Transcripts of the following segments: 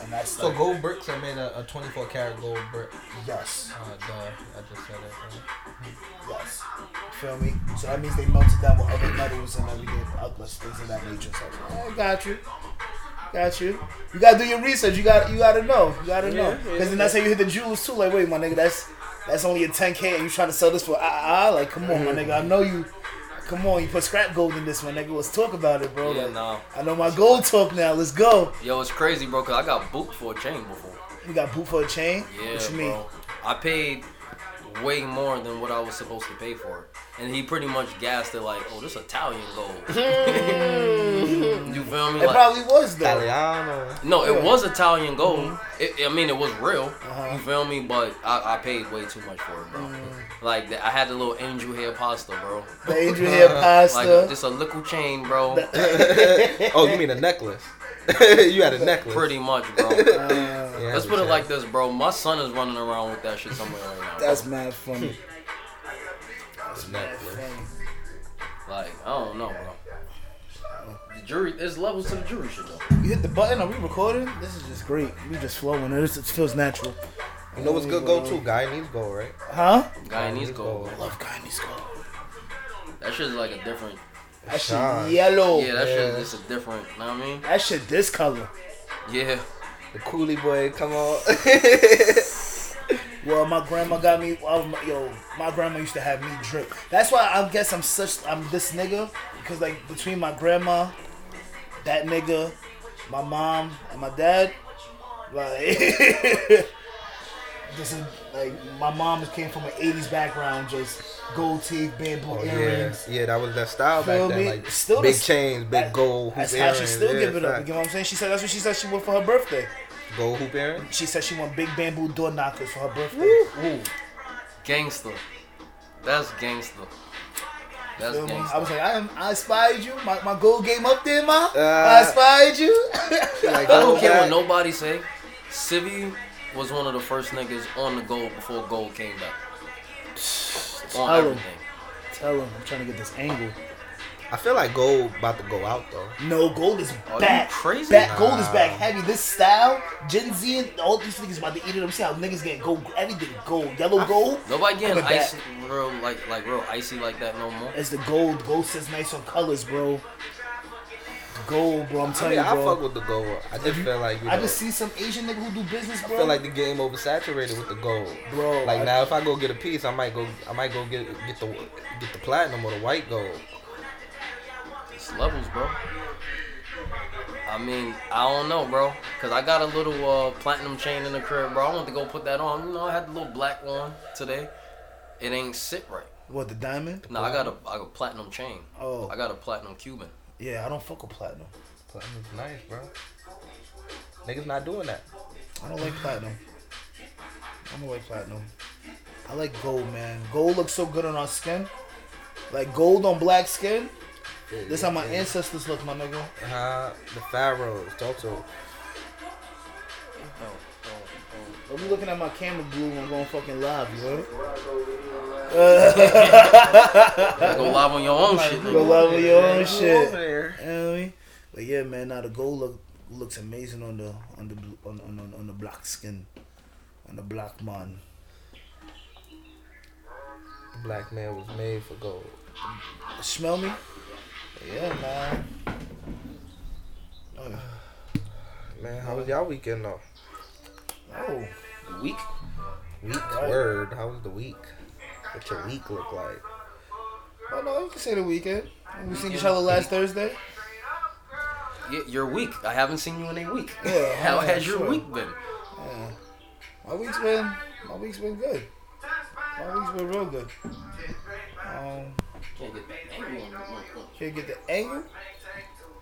and that's So like, gold bricks are made of a 24 karat gold brick. yes, Uh, duh, I just said it. uh, yes. Feel me? So that means they melted down with other metals and everything, other things of that nature. So I got you, got you. You gotta do your research. You got you gotta know. You gotta know. Yeah, yeah, Because then that's how you hit the jewels too. Like wait, my nigga, that's that's only a 10k, and you trying to sell this for ah ah. Like come on, Mm. my nigga, I know you. Come on, you put scrap gold in this, my nigga. Let's talk about it, bro. Yeah, Like, no. I know my gold talk now. Let's go. Yo, it's crazy, bro, because I got booked for a chain before. You got boot for a chain. Yeah, what you bro. mean? I paid way more than what I was supposed to pay for it. And he pretty much gassed it like, oh, this Italian gold. you feel Hmm. me? It Like- probably was though. Italiano. no, it yeah. Mm-hmm. was Italian gold. It, I mean, it was real. Uh-huh. Mm. You feel me? But I, I paid way too much for it, bro. Like, the, I had the little angel hair pasta, bro. The angel hair Like, pasta. just a little chain, bro. oh, you mean a necklace? you had a necklace. Pretty much, bro. Uh, Yeah, Let's we put it said. like this, bro. My son is running around with that shit somewhere right now. that's mad funny. It's Mad necklace. funny. Like, I don't know, bro. The jury, there's levels to the jury shit though. You hit the button. Are we recording? This is just great. We just flowing. It, just, it feels natural. You know what's good gold too? Guy needs gold, right? Huh? Guy Oh, needs gold. I love Kanye's gold. That shit's like a different. That shit Shine. yellow. Yeah, that yeah. shit is a different. Know what I mean? That shit this color. Yeah. The coolie boy, come on. Well, my grandma got me. I was, my- yo, my grandma used to have me drip. That's why I guess I'm such. I'm this nigga because like between my grandma, that nigga, my mom, and my dad, like this is like my mom came from an '80s background, just gold teeth, bamboo Oh, yeah, earrings. yeah, that was that style Feel back then. me? Like Still big the- chains, big That- gold hoop That's how earrings. she still yeah, give it up. fact. You know what I'm saying? She said that's what she said she went for her birthday. Gold hoop earrings. She said she won big bamboo door knockers for her birthday. Ooh. Gangster. That's gangster. That's Feel me? gangster. I was like, I, am, I inspired you. My, my goal game up there, ma. I Uh, inspired you. Like, I don't go care what back. nobody say. Civvy was one of the first niggas on the gold before gold came back. On Tell 'em. everything. Tell him I'm trying to get this angle. I feel like gold about to go out though. No, gold is Are you back. crazy? Back, gold is Oh, Nah. back heavy. This style, Gen Z, and all these niggas about to eat it. I'm seeing how niggas getting gold. Everything gold, yellow gold. Nobody getting Look at icy, real like like real icy like that no more. It's the gold. Gold says nice on colors, bro. Gold, bro. I'm I telling mean, I you, bro. fuck with the gold. I just feel like you know, I just see some Asian nigga who do business, bro. I feel like the game oversaturated with the gold. Bro, like I- now, if I go get a piece, I might go. I might go get get the get the platinum or the white gold. It's levels, bro. I mean, I don't know, bro. Cause I got a little uh, platinum chain in the crib, bro. I want to go put that on. You know, I had the little black one today. It ain't sit right. what the diamond? No, I got a I got a platinum chain. Oh. I got a platinum Cuban. Yeah, I don't fuck with platinum. Platinum's nice, bro. Niggas not doing that. I don't like platinum. I don't like platinum. I like gold, man. Gold looks so good on our skin. Like gold on black skin. This how my ancestors look, my nigga. Uh, the pharaohs, Oh, also. I'm looking at my camera blue. I'm going fucking live, you know? go live on your own shit, Go nigga. live with your own Over shit. there. You know what I mean? But yeah, man. Now the gold look looks amazing on the on the blue, on, on on on the black skin, on the black man. The black man was made for gold. Smell me? Yeah, man. Oh. Man, how was y'all weekend though? oh. Week. Week word. How was the week? What your week look like? Oh no, you can say the weekend. We seen each other last Thursday. Y- Your week. I haven't seen you in a week. Yeah, How yeah, has your sure. week been? Yeah. My week's been my week's been good. My week's been real good. Um, can you Can't get that angle on the mic. get the angle?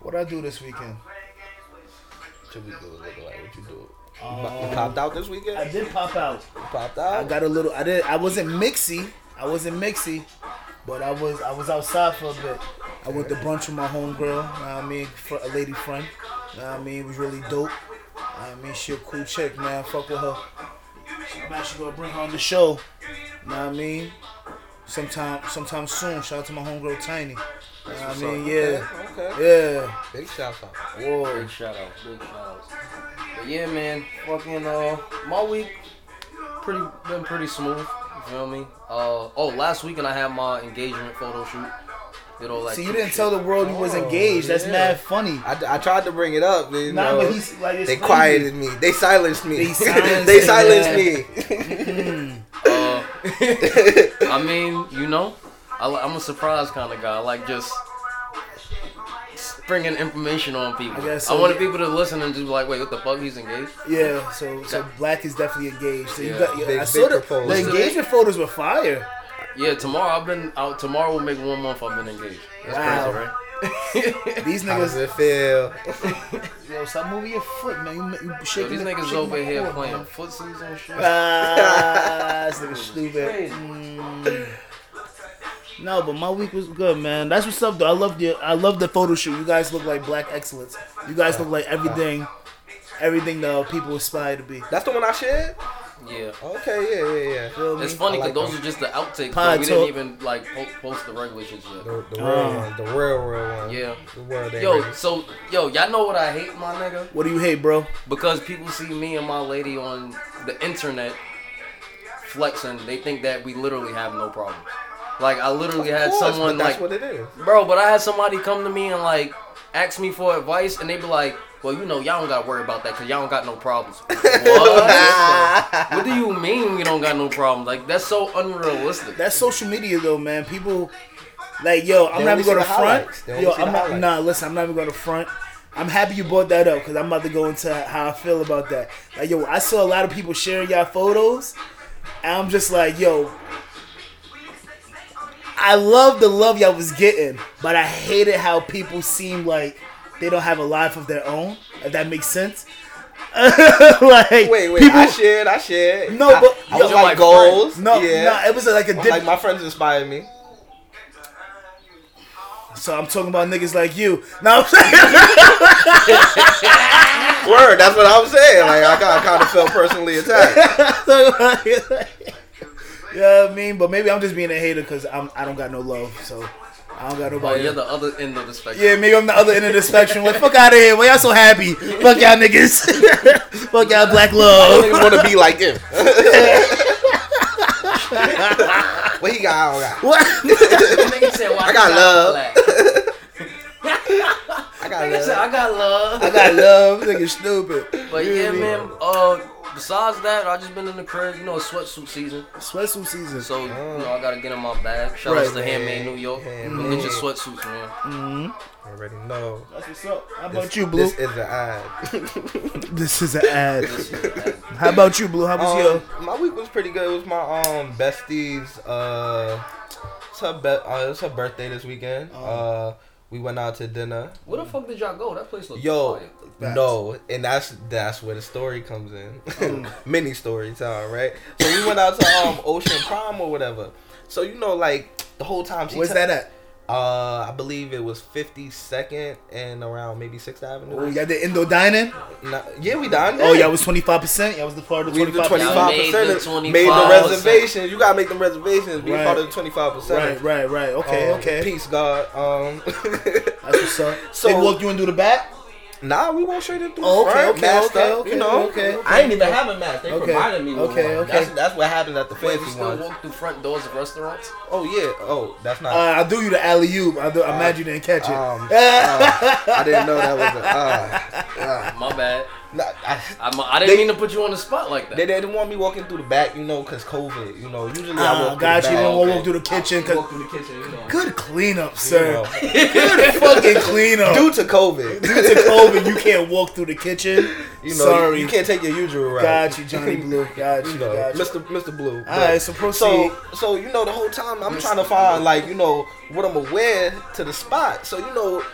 What I do this weekend? What your week look like? What you do? You Um, pop- you popped out this weekend? You did pop out. popped I out? got a little. I did. I wasn't mixy. I wasn't mixy, but I was. I was outside for a bit. I went to brunch with my homegirl. Know what I mean, fr- a lady friend. Know what I mean, it was really dope. Know what I mean, she a cool chick, man. Fuck with her. I'm actually gonna bring her on the show. Know what I mean? Sometime, sometime soon. Shout out to my homegirl Tiny. Know what I what's mean, up. yeah, Okay, okay. yeah. Big shout out. Whoa. Big shout out. Big shout out. But yeah, man. Fucking uh, my week pretty been pretty smooth. You feel me? Uh, oh, last weekend I had my engagement photo shoot. Did all that. See, you cute didn't shit. tell the world you was Oh, engaged. That's yeah. mad funny. I, I tried to bring it up. You Nah, know, but he's like, it's they crazy. quieted me. They silenced me. They silenced They you, silenced Uh, me. I mean, you know, I, li- I'm a surprise kind of guy. I like just bringing information on people. I I, guess so, wanted yeah. people to listen and just be like, wait, what the fuck? He's engaged? Yeah, so so black is definitely engaged. So you Yeah. got yeah, Big- I big saw the, proposal. the engagement photos were fire. Yeah, tomorrow I've been out. Tomorrow will make one month I've been engaged. That's Wow. crazy, right? These How does niggas, it feel? yo, stop moving your foot, man. You, you Yo, shaking the- these niggas shaking over the here cord, playing man. footsies and shit. Ah, this nigga stupid. Crazy. Mm. No, but my week was good, man. That's what's up, though. I love the I love the photo shoot. You guys look like black excellence. You guys look like everything, everything that people aspire to be. That's the one I shared. Yeah. Okay, yeah, yeah, yeah. Feel me? It's funny I because like those them. are just the outtakes. Pod But we didn't talk. even like po- post the regular shit yet. The, the real Oh. one, the real, real one. Yeah. The world ain't Yo, ready. so yo, y'all know what I hate, my nigga? What do you hate, bro? because people see me and my lady on the internet flexing, they think that we literally have no problems. Like I literally had Of course, someone but like, that's what it is. bro, but I had somebody come to me and like ask me for advice, and they be like, well, you know, y'all don't gotta worry about that because y'all don't got no problems. what? what do you mean you don't got no problems? Like that's so unrealistic. That's social media though, man. People like yo, I'm They not only even going to see the front. highlights. They only Yo, see the I'm not highlights. nah. Listen, I'm not even going to front. I'm happy you brought that up because I'm about to go into how I feel about that. Like yo, I saw a lot of people sharing y'all photos, and I'm just like yo. I love the love y'all was getting, but I hated how people seem like they don't have a life of their own. If that makes sense. like Wait, wait. people, I shared. I shared. No, I- but- I, was yo, like my goals. no, yeah. no, it was like a dip. like my friends inspired me. So I'm talking about niggas like you. Now I'm saying, Word. That's what I'm saying. Like I, got- I kind of felt personally attacked. you know what I mean? But maybe I'm just being a hater because I'm I don't got no love, so I don't got Oh, nobody. you're the other end of the spectrum. yeah, maybe I'm the other end of the spectrum. Like fuck out of here. Why y'all so happy? Fuck y'all niggas. fuck y'all black I love. don't even want to be like him. what he got? I don't got. What? Nigga said, well, I got love. black. I got Nigga said, love. I got love. I got love. Nigga stupid. But You know yeah, what I mean? man. Uh, besides that, I just been in the crib. You know, it's sweatsuit season. Sweatsuit season. Oh. So you know, I gotta get in my bag. Shout out Right, to Handmade New York. Handmade. Get your sweatsuits, man. I already know. Mm-hmm. That's what's up. How about This- you, Blue? This is an ad. This is an ad. How about you, Blue? How was Um, your? my week was pretty good. It was my um besties. Uh, it's her be- uh, it's her birthday this weekend. Uh, we went out to dinner. Where the fuck did y'all go? That place looks Yo, fire. Facts. no, and that's that's where the story comes in. Mini story time, right? So we went out to um Ocean Prime or whatever. So you know, like the whole time she Where's te- that at? Uh, I believe it was 52nd and around maybe Sixth Avenue. Oh, y'all did Indo dining. No- yeah, we dined. Oh, there. y'all was twenty five percent. Y'all was the part of the We the twenty five twenty percent. five percent Made the made the 25%. reservations. You gotta make them reservations. We Right. part of the twenty five Right, percent. right, right. Okay, okay. Peace, God. Um, That's what's up. So- So they walk you into the back. nah, we won't straight in through. Oh, okay, front, okay, masked okay, up, okay, You know, okay, okay. I ain't even have a mask. They Okay, provided me with okay, one. okay. That's, that's what happens at the Wait, we fancy still ones. walk through front doors of restaurants. Oh yeah. Oh, that's not. Uh, I do you the alley oop. I, Uh, do, I am mad you didn't catch it. um, uh, I didn't know that was. A, uh, uh, My bad. nah, I, I'm, I didn't They- mean to put you on the spot like they that. didn't want me walking through the back, you know, cause COVID. You know, usually I Ah, walk got through you. the You don't want back. to okay. walk through the kitchen. 'cause- through the kitchen, you know. good cleanup, sir. You Good fucking cleanup. know. Due to COVID. Due to COVID, you can't walk through the kitchen. You know, Sorry. you can't take your usual route. Got you, Johnny Blue. Got you. You know, got you. Mr. Mr. Blue. All right, so proceed. So, so you know, the whole time I'm trying to find like you know what I'm aware to the spot. So you know,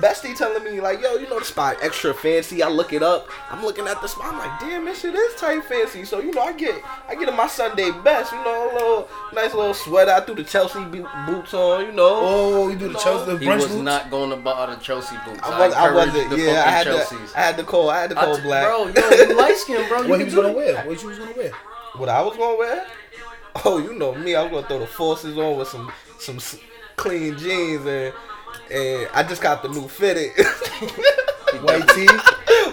Bestie telling me like, yo, you know the spot extra fancy. I look it up. I'm looking at the spot. I'm like, damn, this shit is tight fancy. So you know, I get I get in my Sunday best. You know, a little nice little sweater. I threw the Chelsea bo- boots on. You know. Oh, you do the No, Chelsea He brunch was boots? not going to buy the Chelsea boots. I was I encouraged wasn't. the Yeah, I fucking had Chelsea's. to. I had to call. I had to I call t- black. Bro, yo, you light skin, bro. You what he can was do gonna that. wear? What you was gonna wear? What I was gonna wear? Oh, you know me. I was gonna throw the forces on with some some s- clean jeans and and I just got the new fitted White tee.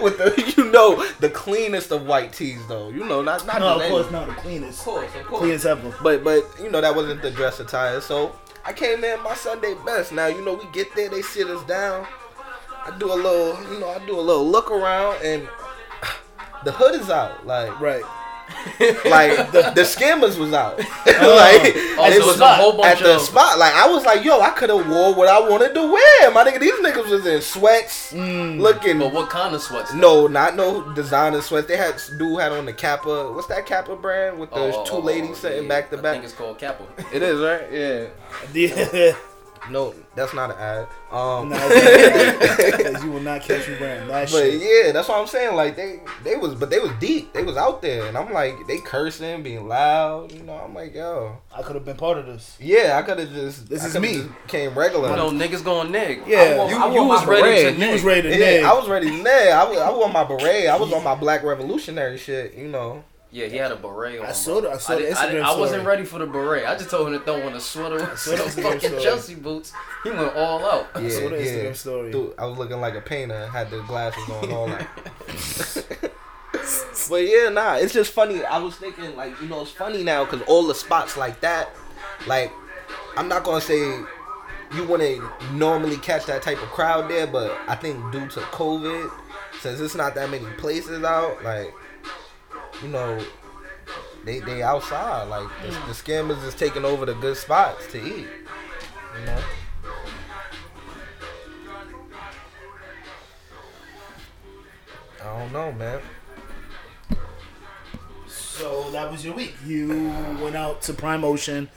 with the you know the cleanest of white tees though. You know, not No, not just of any- course not the cleanest. course, of course. Cleanest ever. But but you know that wasn't the dress attire. So I came in my Sunday best. Now you know we get there, they sit us down. I do a little, you know, I do a little look around, and the hood is out. Like Right. like the, the scammers was out. like Oh, it so was it's a whole at bunch the of- spot. Like I was like, yo, I could have wore what I wanted to wear. My nigga, these niggas was in sweats, Mm. looking. But what kind of sweats? No, not no designer sweats. They had dude had on the Kappa. What's that Kappa brand with those two two ladies sitting back to Oh, I back? think it's called Kappa. It is right. Yeah. Yeah. No, that's not an ad. Um, Nah, it's not- 'cause you will not catch me wearing that but shit. yeah, that's what I'm saying. Like they, they was, but they was deep. They was out there, and I'm like, they cursing, being loud. You know, I'm like, yo, I could have been part of this. yeah, I could have just. This I is coulda me. just Came regular. You know, niggas going nig. Yeah, I, you- you, I, you was was ready red. to You nig. was ready to Yeah, nag. I was ready. Nah, I was, I was on my beret. I was on my black revolutionary shit. You know. Yeah, he had a beret on. I saw the- I saw the didn't- I, didn't- Instagram I wasn't story. ready for the beret. I just told him to throw on a sweater with saw the some Instagram fucking story. Chelsea boots. He went all out. Yeah, saw the Instagram yeah. story. Dude, I was looking like a painter. Had the glasses on, all that. but yeah, nah, it's just funny. I was thinking, like, you know, it's funny now because all the spots like that, like, I'm not gonna say you wouldn't normally catch that type of crowd there, but I think due to COVID, since it's not that many places out, like, you know, they they outside. Like, the, the scammers is taking over the good spots to eat. You know. I don't know, man. So that was your week. You went out to Prime Ocean,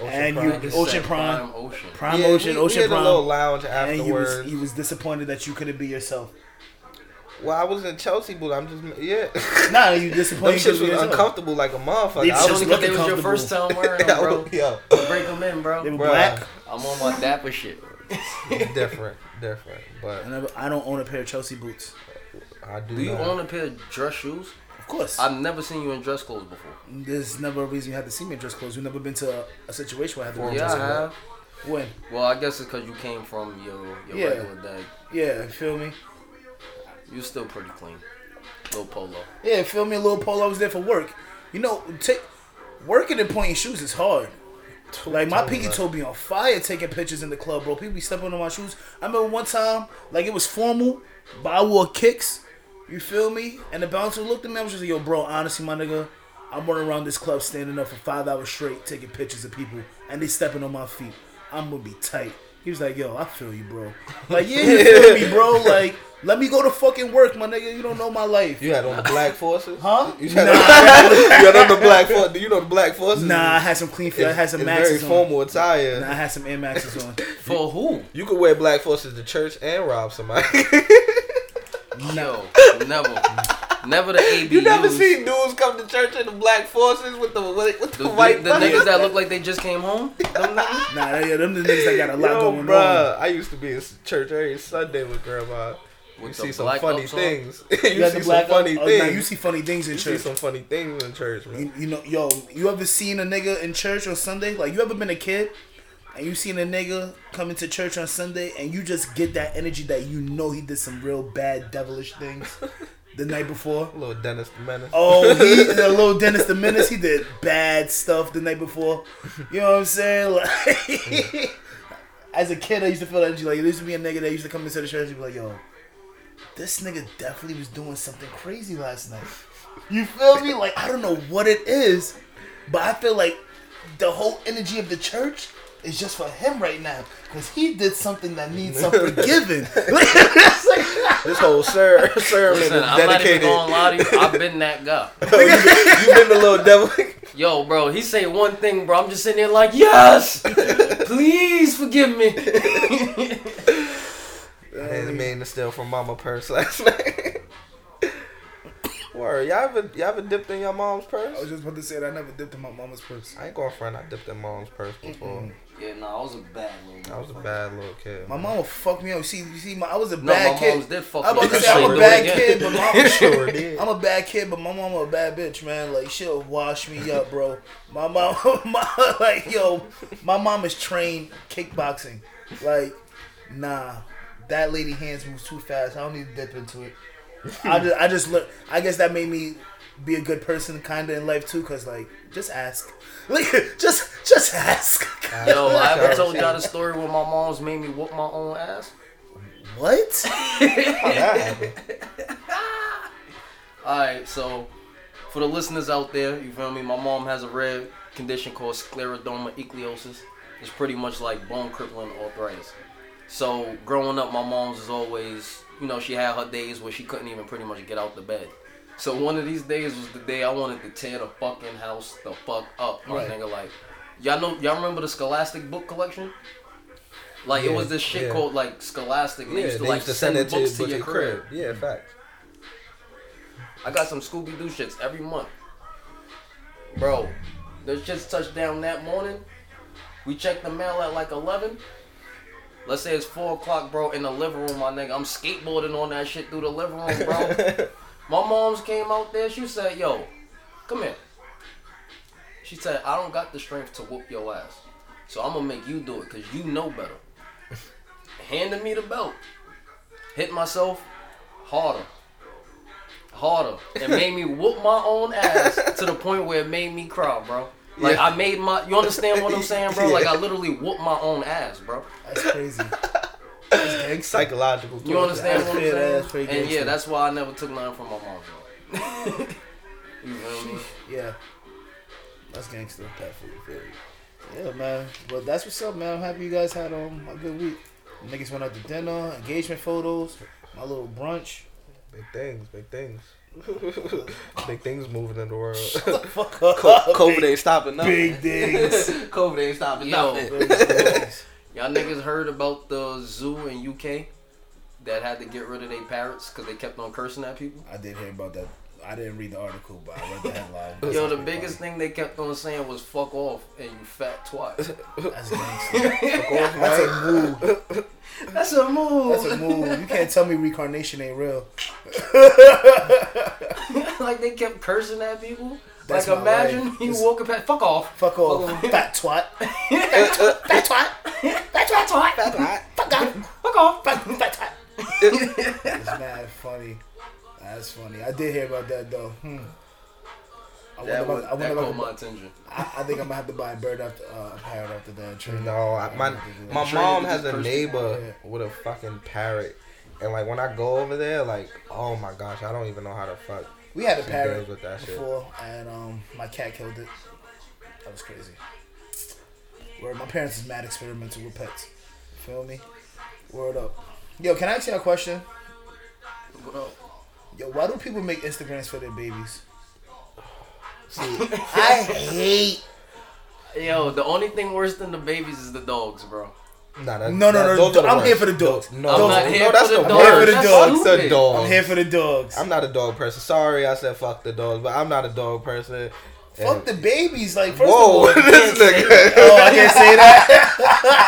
and Prime. you Niggas Ocean said Prime, Ocean. Prime Yeah, Ocean, we- we Ocean had a Prime, little lounge and you was afterwards. you was disappointed that you couldn't be yourself. Well, I was in Chelsea, but I'm just yeah. Nah, you Them disappointed. you shits couldn't be was yourself. uncomfortable like a motherfucker. They I was just Only 'cause looking it was your comfortable. first time wearing them, bro. yo, Break them in, They were bro. black. bruh, I'm on my dapper shit. different, different. But And I, I don't own a pair of Chelsea boots. I do. Do you know. own a pair of dress shoes? Of course, I've never seen you in dress clothes before. there's never a reason you had to see me in dress clothes. You've never been to a, a situation where I had to wear Yeah, I dress clothes. have. When? Well, I guess it's because you came from your, your Yeah. regular day. Yeah, feel me. You're still pretty clean. Little polo. Yeah, feel me. A little polo. I was there for work. You know, take working and pointing shoes is hard. Like my pinky toe be on fire taking pictures in the club, bro. People be stepping on my shoes. I remember one time, like it was formal, but I wore kicks. You feel me? And the bouncer looked at me. I was just like, "Yo, bro, honestly, my nigga, I'm running around this club standing up for five hours straight taking pictures of people, and they stepping on my feet. I'm gonna be tight." He was like, "Yo, I feel you, bro. Like, yeah, you feel me, bro. Like, let me go to fucking work, my nigga. You don't know my life." You had on the black forces, Huh? You had, on, you had on the black forces. Do you know the black forces? Nah, I had some clean feet. I had some it's maxes very on. formal attire. Nah, I had some Air Maxes on. For who? You could wear black forces to church and rob somebody. No, never. Never the ABUs. you never seen dudes come to church in the black forces with the with, with the, the, the, white the niggas buttons? that look like they just came home. Them niggas? Nah, yeah, them the niggas that got a lot Yo, going on. bruh, I used to be in church every Sunday with grandma. You With see the some black funny ups on? things. you got see the some black funny oh, nah, you things. see funny things in You see church. some funny things in church, man. You, you know, yo, you ever seen a nigga in church on Sunday? Like, you ever been a kid and you seen a nigga come into church on Sunday and you just get that energy that you know he did some real bad, devilish things the night before? Little Dennis the Menace. Oh, he, the little Dennis the Menace, he did bad stuff the night before. You know what I'm saying? Like, as a kid, I used to feel that energy. Like, there used to be a nigga that used to come into the church and be like, yo, this nigga definitely was doing something crazy last night. You feel me? Like, I don't know what it is, but I feel like the whole energy of the church is just for him right now. Because he did something that needs some forgiving. It's like- This whole ser- sermon Listen, is I'm not even dedicated. gonna lie to you. I've been that guy. you been the little devil. Yo, bro, he say one thing, bro. I'm just sitting there like, yes, please forgive me. I had a man to steal from mama purse last night. Word, y'all ever y'all ever dipped in your mom's I was purse? just about to say that I never dipped in my mama's purse. I ain't going front. I dipped in mom's purse before. yeah, nah, I was a bad little. I was a bad little kid. My mama fucked me up. See, you see, my, I was a No, bad my kid. moms did fuck I'm me about to up. say I'm Sure a did. bad kid, but my sure did. I'm a bad kid, but my mama a bad bitch, man. Like she'll wash me up, bro. My mom, my, like yo, my mom is trained kickboxing. Like, nah, that lady hands moves too fast. I don't need to dip into it. I just I just learned. I guess that made me be a good person kind of in life too because like just ask like just just ask Yo, I ever told y'all the story where my mom's made me whoop my own ass? what How that happened? Alright, so for the listeners out there, you feel me? My mom has a rare condition called sclerodoma ichthyosis. It's pretty much like bone crippling arthritis. So growing up, my mom's was always, you know, she had her days where she couldn't even pretty much get out the bed. So one of these days was the day I wanted to tear the fucking house the fuck up, my Right. nigga. Like, y'all know, y'all remember the Scholastic book collection? Like it Yeah, was this shit yeah. called like Scholastic. and Yeah, they used to like send, it books to but your crib. Yeah, facts. I got some Scooby Doo shits every month. Bro, the shits touched down that morning. We checked the mail at like 11. Let's say it's 4 o'clock, bro, in the living room, my nigga. I'm skateboarding on that shit through the living room, bro. my mom's came out there. She said, Yo, come here. She said, I don't got the strength to whoop your ass. So I'm going to make you do it because you know better. Handed me the belt. Hit myself harder harder and made me whoop my own ass to the point where it made me cry, bro. Like Yeah. I made my, you understand what I'm saying, bro? Like Yeah. I literally whooped my own ass, bro. that's crazy that's gangster. Psychological. You understand that's what I'm pretty- saying? that's pretty and yeah, gangster. that's why I never took nothing from my mom, bro. you feel me? yeah that's gangster definitely yeah man but that's what's up man I'm happy you guys had um a good week niggas went out to dinner engagement photos my little brunch Big things, big things. big things moving in the world. fuck up COVID ain't stopping nothing. big things COVID ain't stopping Yo. big things Y'all niggas heard about the zoo in UK that had to get rid of their parrots because they kept on cursing at people. I did hear about that I didn't read the article but I read the headline Yo, the biggest thing they kept on saying was "fuck off" and "you fat twat." that's gangster that's Right? a move That's a move. That's a move. You can't tell me reincarnation ain't real. like they kept cursing at people. That's like my imagine life. you This- walking past, fuck off. Fuck off, Fuck off. fat twat. Fat twat. Fat twat. Fat twat. Fuck off. Fuck off. Fat fat twat. It's mad funny. That's funny. I did hear about that though. Hmm. I, wonder That, if was, I, I, that wonder caught if my I, attention. I, I think I'm gonna have to buy a bird after uh, a parrot after that. True. No, I, my my Sure, mom this has a person- neighbor with a fucking parrot, and like when I go over there, like oh my gosh, I don't even know how to fuck. we had a She parrot deals with that shit. before, and um, my cat killed it. That was crazy. Where my parents is mad experimental with pets. Feel me? Word up. Yo, can I ask you a question? What up? Yo, why do people make Instagrams for their babies? I hate. Yo, the only thing worse than the babies is the dogs, bro. Nah, that, No, no, that- no, those are the I'm here worst. for the dogs. No, I'm no, not here no, for that's the the dogs. worst. That's Fuck stupid. the dogs. I'm here for the dogs. I'm not a dog person. Sorry, I said fuck the dogs, but I'm not a dog person. Fuck the babies. Like, first Whoa, of all, this nigga. oh, I can't say that.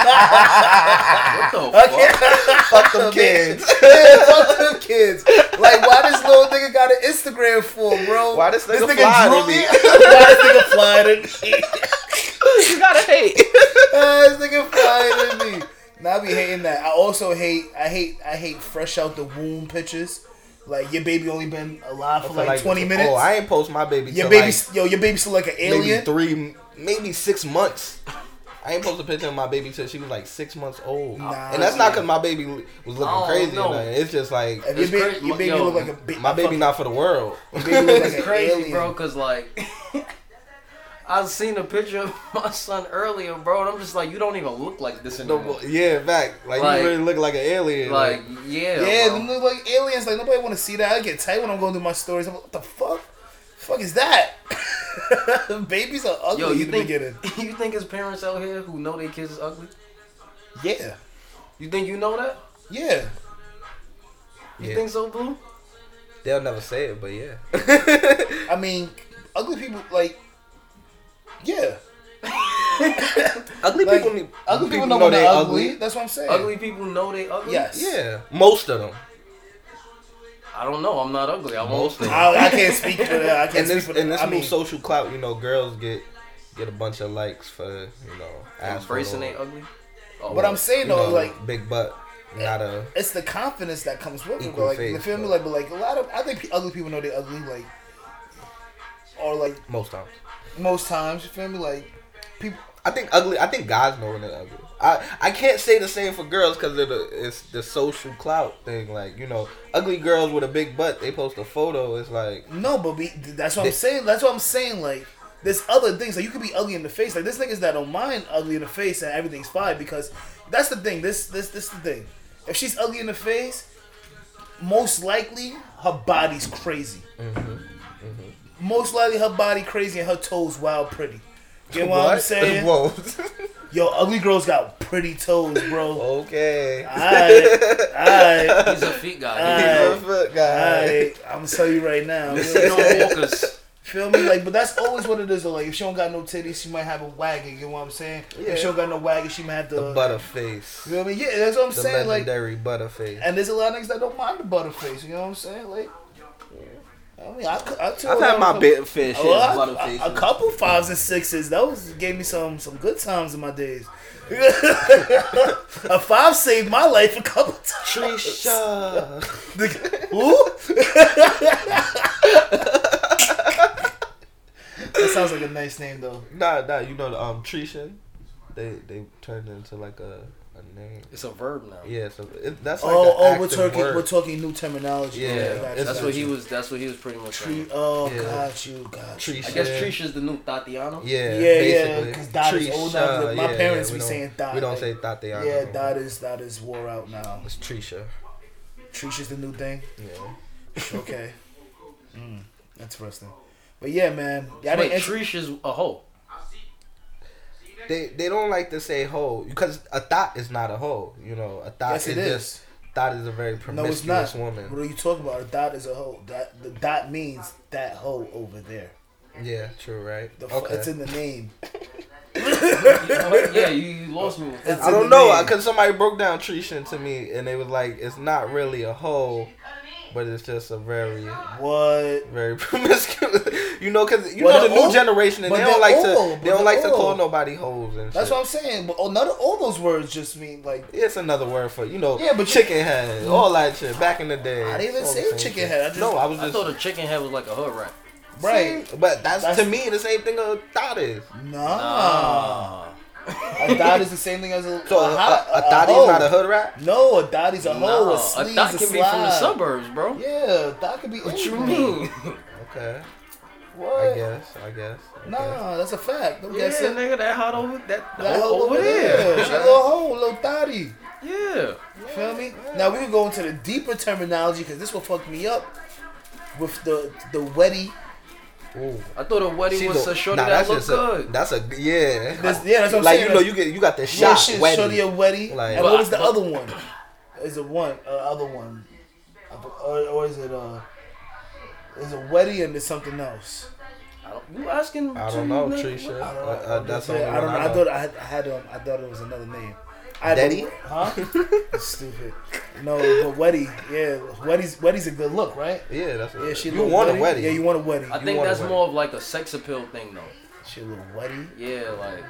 Ah. What the fuck? fuck them kids. Fuck them kids. Like, why this little nigga got an Instagram for, bro? Why this nigga fly to drew me? Why this nigga flying to me? you gotta hate. Why this nigga flying to me? Now I be hating that. I also hate. I hate. I hate fresh out the womb pictures. Like your baby only been alive for like, twenty minutes. Oh, I ain't post my baby. your till, baby, like, yo, your baby's still like an maybe alien. three, maybe six months. I ain't posted a picture of my baby till she was like six months old, Nah, and that's not yeah. because my baby was looking don't crazy. know. Or nothing. It's just like If your, It's ba- crazy. your baby Yo, look like a ba- my baby not for the world. baby look like It's an crazy, alien. bro, because, like, I seen a picture of my son earlier, bro, and I'm just like, you don't even look like this anymore. No, yeah, back like, Like- you really look like an alien. Like, yeah. Yeah, bro. them look like aliens. Like nobody want to see that. I get tight when I'm going through my stories. I'm like, what the fuck? fuck is that? Babies are ugly. Yo, you in the think beginning. you think it's parents out here who know their kids is ugly? Yeah, You think you know that? yeah. You Yeah. think so, Blue? they'll never say it, but yeah, I mean, ugly people like. Yeah, ugly like people. Need, ugly people know, when they they're ugly. That's what I'm saying. Ugly people know they ugly. Yes. Yeah, most of them. I don't know. I'm not ugly. I won't. Most of them. I, I can't speak for that. I can't And speak this for that. and this I new mean, social clout, you know, girls get get a bunch of likes for you know ass Embracing photo. they ugly. Oh, but I'm saying You though, know, like eh. big butt. not a. it's the confidence that comes with it. But Equal like faith, the family, like, but- but like a lot of I think pe- other people know they're ugly, like or like Most times, most times. You feel me? Like people. I think ugly. I think guys know when they're ugly. I I can't say the same for girls because of the it's the social clout thing. Like you know, ugly girls with a big butt, they post a photo. It's like No, but we, that's what They- I'm saying. That's what I'm saying. Like there's other things. Like you could be ugly in the face. Like there's niggas that don't mind ugly in the face and everything's fine because that's the thing. This this this the thing. If she's ugly in the face, most likely her body's crazy. Mm-hmm, Most likely her body crazy and her toes wild pretty. You know what, I'm saying? Whoa. Yo, ugly girls got pretty toes, bro. okay. Alright, alright, He's a feet guy. Alright. He's a foot guy. alright. I'm gonna tell you right now. He's a Sean Walker's. Feel me? Like, but that's always what it is. Though. Like, if she don't got no titties, she might have a wagon. You know what I'm saying? Yeah. If she don't got no wagon, she might have the. The You butterface. know what I mean? Yeah, that's what I'm The saying. Like, legendary butterface. and there's a lot of niggas that don't mind the butterface. You know what I'm saying? Like, I mean, I, could- I too, I've had my bit fish Well, I- and butterface. a, a couple fives and sixes. That was gave me some some good times in my days. a five saved my life a couple times. Trisha. Who? that sounds like a nice name though. nah, nah. You know the um Trisha. They they turned into like a a name. It's a verb now. Yeah. So it, that's like oh, an oh, we're active talking word. we're talking new terminology. Yeah, Okay, gotcha, That's it's- what gotcha. he was. That's what he was pretty much. Tree, saying. oh, Yeah. got you, got you. Trisha. I guess Trisha's the new Tatiana. Yeah, Yeah, yeah, basically. 'cause Dot is old now. Trisha, My parents we be don't- saying Dot, We don't like- say Dot. They are. Yeah, that is that is wore out now. It's Trisha. Trisha's the new thing. Yeah. Okay, mm, that's interesting. But yeah, man, yeah, I Wait, didn't answer. Trisha's a hoe. They they don't like to say hoe because a thot is not a hoe. You know, a thot Yes, is it is. just thot is a very No, it's promiscuous not. What woman. are you talking about? A dot is a hole. That the dot means that hole over there. Yeah, true, right? The f- okay. it's in the name. yeah, you, you lost me. With that. It's I in don't the know name. because somebody broke down Trishan to me and they was like, it's not really a hoe, but it's just a very What? very promiscuous. You know, because you But know the they're new old. generation and But they don't like they're to old. they But don't like to they're call old. nobody hoes and That's shit. what I'm saying. But oh, none of all those words just mean like It's another word for you know. Yeah, but you- chicken head, all that shit. Back in the day, I didn't even all the say same chicken shit. head, I just- no, I was I just thought a chicken head was like a hood rat. right. See? But that's, That's- to me the same thing a thought is. Nah. A dot is the same thing as a So a, a, hot- a, a thought is hoe. not a hood rat. No, a dot is a hoe. No, A sleaze, a thot can slide. be from the suburbs, bro. Yeah, a dot could be. What you anything. mean? Okay, What? I guess, I guess. I guess. Nah, that's a fact. I'm Yeah, guessing. nigga, that hot over that, That hoe over, there. She a little hoe, little thotty. yeah. Feel me? Now we can go into the deeper terminology because this will fuck me up with the the wetty. Ooh. I thought a wedding She was look- a shorty nah, that's that looked just a, good. that's a yeah. That's- yeah, that's what I'm like saying. you know you get you got the Real shot. shit, wedding. shorty a wetty. Like- and But what was I- the but- other one? Is it one? Uh, other one? Or, or is it uh? Is it wetty and it's something else? I don't- you asking? I two don't know, niggas- Trisha. I don't know. Uh, uh, that's the I don't only know. one I thought I had, I had um, I thought it was another name. I Daddy? huh? Stupid. No, but Weddy, yeah, Weddy's Weddy's a good look, right? Yeah, that's Yeah, she. you look want a Weddy. wedding. Yeah, you want a Weddy. I You think want a that's wedding. more of like a sex appeal thing, though. She a little Weddy. Yeah, like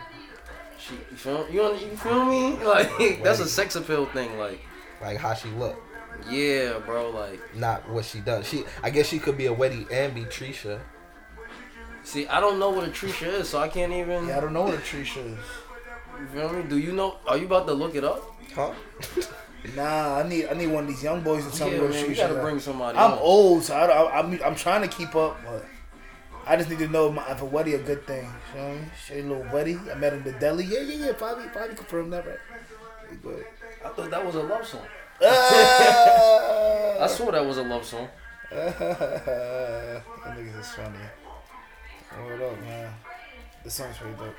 she, you feel you, you feel me? Like that's a sex appeal thing. Like like how she look, yeah, bro. Like not what she does. She I guess she could be a wedding and be Trisha. see, I don't know what a Trisha is, so I can't even. Yeah, I don't know what a Trisha is. You feel me? Do you know? Are you about to look it up? Huh? Nah, I need I need one of these young boys to tell yeah, me what man, Trisha we is. gotta bring somebody. I'm on. old, so I, don't- I, I'm I'm trying to keep up, but I just need to know my, if a Weddy a good thing. You know what I mean? She a little Weddy. I met him in the deli. Yeah, yeah, yeah. Probably probably confirmed that, right? But. I thought that was a love song. I Ah! swore that was a love song. that niggas is funny. Hold up, man. This song's pretty dope.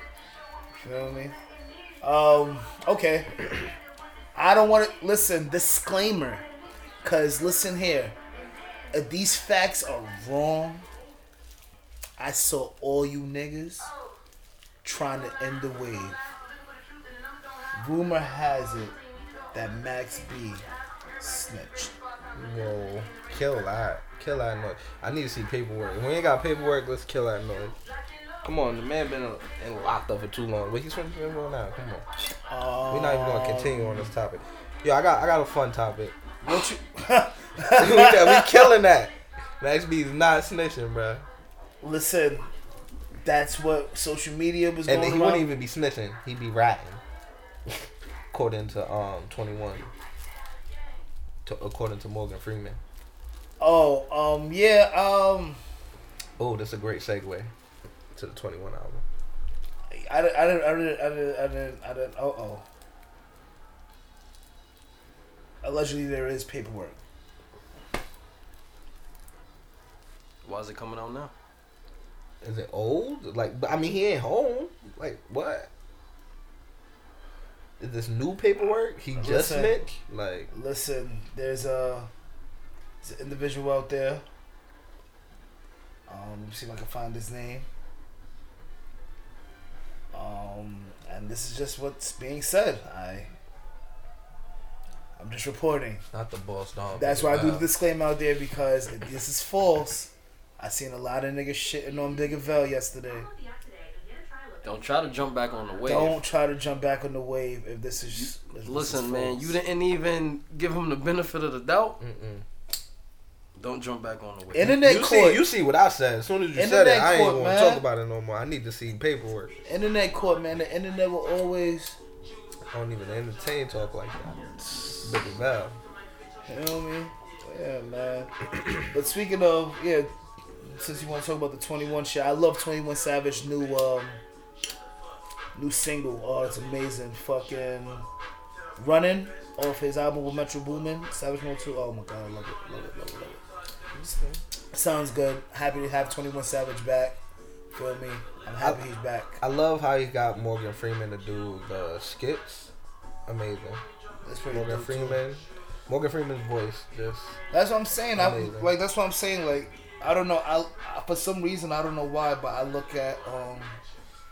Feel me? Um, okay. I don't want to listen. Disclaimer, cause listen here. If these facts are wrong, I saw all you niggas trying to end the wave. Rumor has it that Max B snitched. Whoa. Kill that. Kill that noise. I need to see paperwork. If we ain't got paperwork, let's kill that noise. Come on, the man been Um, in locked up for too long. Wait, he's from Jail now. Come on. We're not even gonna continue on this topic. Yo, I got I got a fun topic. What you? we, we killing that. Max B is not snitching, bro. Listen, that's what social media was And going he around. wouldn't even be snitching. He'd be ratting. according to um twenty one. To, according to Morgan Freeman. Oh, um, yeah, um, Oh, that's a great segue to the twenty one album. I didn't, I didn't, I didn't, I didn't, I didn't, I didn't, oh, oh. Allegedly, there is paperwork. Why is it coming out now? Is it old? Like, but I mean, he ain't home. Like, what? Is this new paperwork? He just Listen. snitched. Like, Listen, there's a, there's an individual out there. Um, let me see if I can find his name. Um, and this is just what's being said. I, I'm just reporting. not the boss dog. That's why I Uh, do the Wow. disclaimer out there because if this is false. I seen a lot of niggas shitting on Bigavell yesterday. Don't try to jump back on the wave. Don't try to jump back on the wave if this is. if this is Listen, man, false. you didn't even give him the benefit of the doubt. Mm-mm. Don't jump back on the wave. Internet You court. see, you see what I said. As soon as you said Internet it, I ain't court, gonna man. talk about it no more. I need to see paperwork. internet court, man. The internet will always. I don't even entertain talk like that. Big Val. You know what I mean? Yeah, man. but speaking of, yeah, since you want to talk about the 21 shit, I love 21 Savage new um new single. Oh, it's amazing. Fucking running off his album with Metro Boomin, Savage Mode 2. Oh my god, I love it, love it, love it, love it. Sounds good. Happy to have 21 Savage back. Feel me? I'm happy he's back. I love how he got Morgan Freeman to do the skits. Amazing. That's pretty Morgan dope, too. Freeman. Morgan Freeman's voice just. That's what I'm saying. I Amazing. like. That's what I'm saying. Like, I don't know. I, I for some reason I don't know why, but I look at um,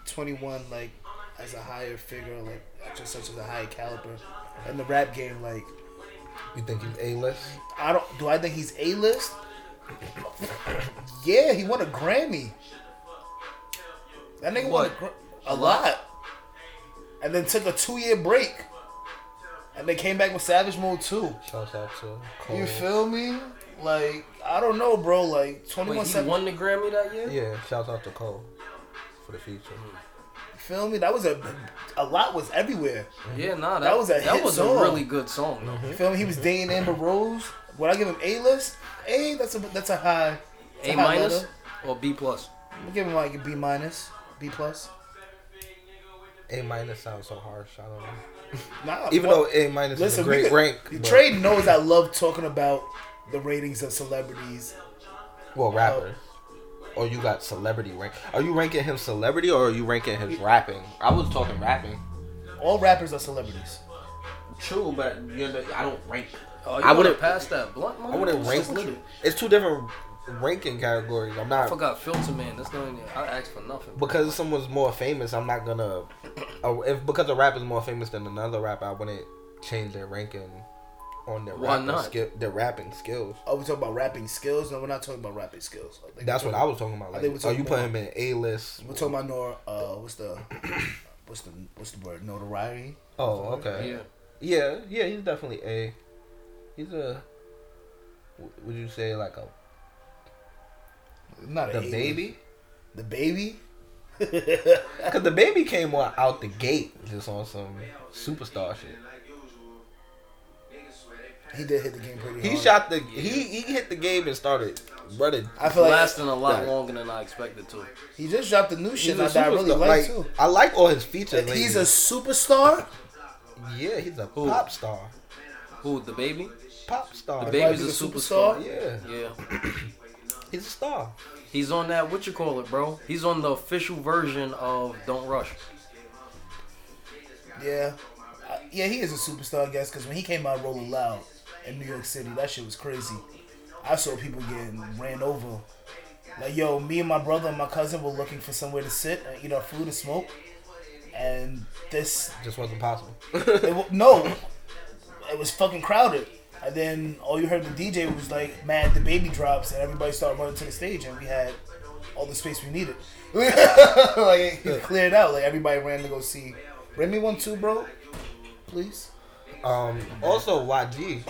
21 like as a higher figure, like just such as a high caliber in the rap game. Like, You think he's A list? I don't. Do I think he's a list? yeah, he won a Grammy. That nigga won a, What? gra- a lot, and then took a two year break, and they came back with Savage Mode 2. Shouts out to Cole. You feel me? Like I don't know, bro. Like twenty one Wait, he seven. won the Grammy that year? Yeah, shouts out to Cole for the feature. Feel me? That was a a lot was everywhere. Yeah, nah, that, That was was a a that hit was song. Mm-hmm. a really good song. though. You feel me? He was dating Amber Rose. Would I give him A list? A that's a that's a high. that's A high minus letter. or B plus? We'll give him like a B minus, B plus. A minus sounds so harsh. I don't know. Nah, Even fuck. though A minus is a we great could- rank. but- Trey knows I love talking about the ratings of celebrities. Well, rapper. Or you got celebrity rank. Are you ranking him celebrity or are you ranking his rapping? I was talking rapping. All rappers are celebrities. True, but you know, I don't rank. Oh, I wouldn't- you wouldn't pass that blunt. I wouldn't rank. It's two different ranking categories. I'm I not forgot filter man. That's not even. I asked for nothing. because someone's more famous. I'm not gonna. oh, if because a rapper is more famous than another rapper, I wouldn't change their ranking on their Why rapping not? skill, their rapping skills. Oh, we talking about rapping skills? No, we're not talking about rapping skills. I think That's what I was talking about. I Like, think we're oh, talking you put about- him in A list. We're talking about nor uh what's the what's the what's the word notoriety? Oh, okay. yeah, Yeah, yeah, he's definitely a. He's a. w- Would you say like a Not the a- baby? The baby. Cause the baby came out out the gate just on some superstar shit. He did hit the game pretty He hard. shot the he he hit the game and started running. I feel like lasting a lot Right. longer than I expected to. he just dropped the new shit He's a that I really superstar. like, too. I like all his features. If he's a superstar. yeah, he's a Who? pop star. Who the baby? Pop star. The might baby's be the a superstar. Yeah, Yeah, he's a star. he's on that. What you call it, bro? He's on the official version of Don't Rush. Yeah, Uh, yeah, he is a superstar, I guess, because when he came out rolling loud in New York City, that shit was crazy. I saw people getting ran over. Like, yo, me and my brother and my cousin were looking for somewhere to sit and eat our food and smoke, and this Just wasn't possible. It wa- no, it was fucking crowded. And then all you heard the DJ was like, "Mad, the baby drops," and everybody started running to the stage, and we had all the space we needed. like it cleared out. Like everybody ran to go see. Bring me one too, bro, please. Um, also YG,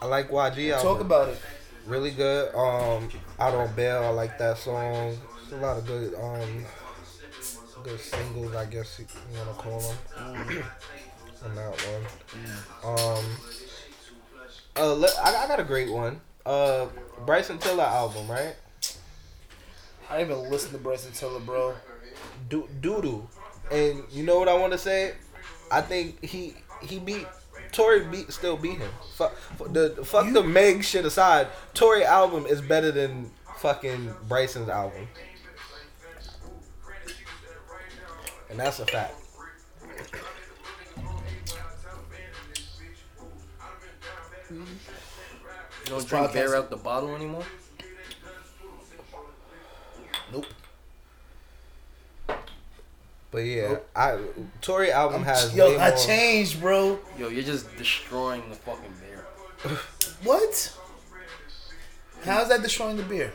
I like YG. album. Talk about it. really good. Um, Out on Bail, I like that song. There's a lot of good um, good singles, I guess you wanna call them. on that one, um, uh, le- I, I got a great one. Uh, Bryson Tiller album, right? I didn't even listen to Bryson Tiller, bro. Do doodoo, and you know what I want to say? I think he he beat. Tory beat still beat him. Fuck the fuck the Meg shit aside. Tory album is better than fucking Bryson's album, and that's a fact. You don't drink podcast. beer out the bottle anymore? Nope. But yeah, I Tory album has way Yo, I more- changed, bro. Yo, you're just destroying the fucking beer. What? How's that destroying the beer?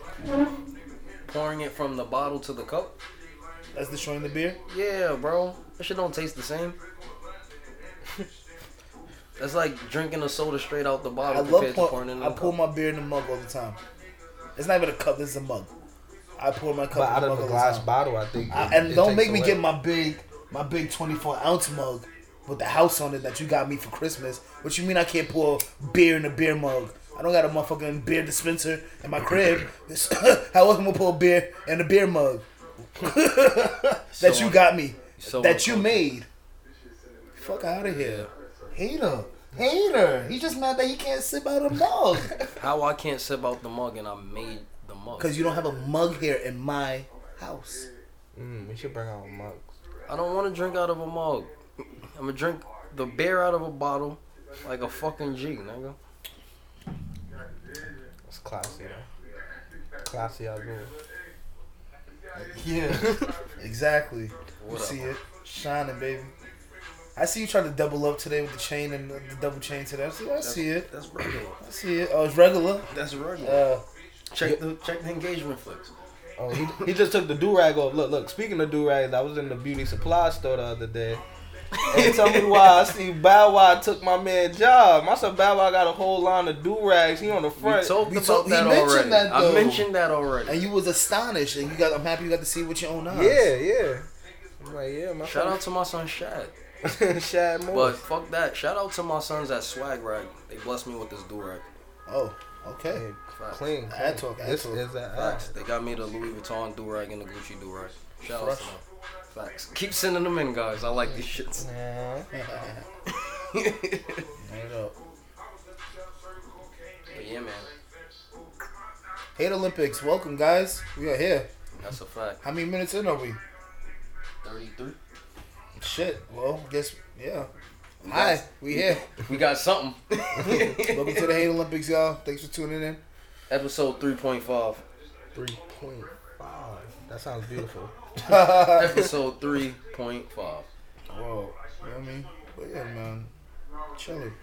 Pouring it from the bottle to the cup? That's destroying the beer. Yeah, bro. That shit don't taste the same. That's like drinking a soda straight out the I bottle love compared to pour, pouring it in I a pour cup. my beer in the mug all the time. It's not even a cup. This is a mug. I pour my cup But out in the of mug the all glass the time. bottle, I think. I, it- and it don't takes make me away. get my big, my big twenty-four ounce mug with the house on it that you got me for Christmas. What you mean I can't pour beer in a beer mug? I don't got a motherfucking beer dispenser in my crib. How else am I gonna pour beer in a beer mug that you got me? so that you uncultured. made. Fuck out of here, hater, hater. He just mad that he can't sip out a mug How I can't sip out the mug and I made the mug. because you don't have a mug here in my house. Mm, we should bring out mugs. I don't want to drink out of a mug. I'm gonna drink the beer out of a bottle, like a fucking G, nigga. It's classy though. Classy album. Yeah, exactly. You What see it shining, baby. I see you trying to double up today with the chain and the the double chain today. I see, I see it. That's regular. I see it. Oh, it's regular. That's regular. Uh, Check the check the engagement flicks. Oh, he, he just took the do rag off. Look, look. Speaking of do rags, I was in the beauty supply store the other day. And tell me why I see Bow Wow took my man job. I said Bow Wow got a whole line of do rags. He on the We front. talked We about talk- he that mentioned already. that, I though. mentioned that already. and you was astonished, and you got. I'm happy you got to see it with your own eyes. yeah, yeah. I'm like, yeah, my Shout out to my son Shad. out Shad Moore. But fuck that. Shout out to my sons at Swag Rag. They blessed me with this durag. Oh, okay. Hey, clean. Ad talk, ad This talk. is an ad. Facts. They got me the Louis Vuitton durag and the Gucci durag. Shout out to them. Facts. Keep sending them in, guys. I like these shits. Nah. Hang it up. But yeah, man. Hate Olympics. Welcome, guys. We are here. That's a fact. How many minutes in are we? 33. Shit. Well, guess yeah. Hi, we here. We got something. Welcome to the Hate Olympics, y'all. Thanks for tuning in. Episode 3.5. Three point five. That sounds beautiful. Episode 3.5. Whoa. You know what I mean? But yeah, man. Chilling.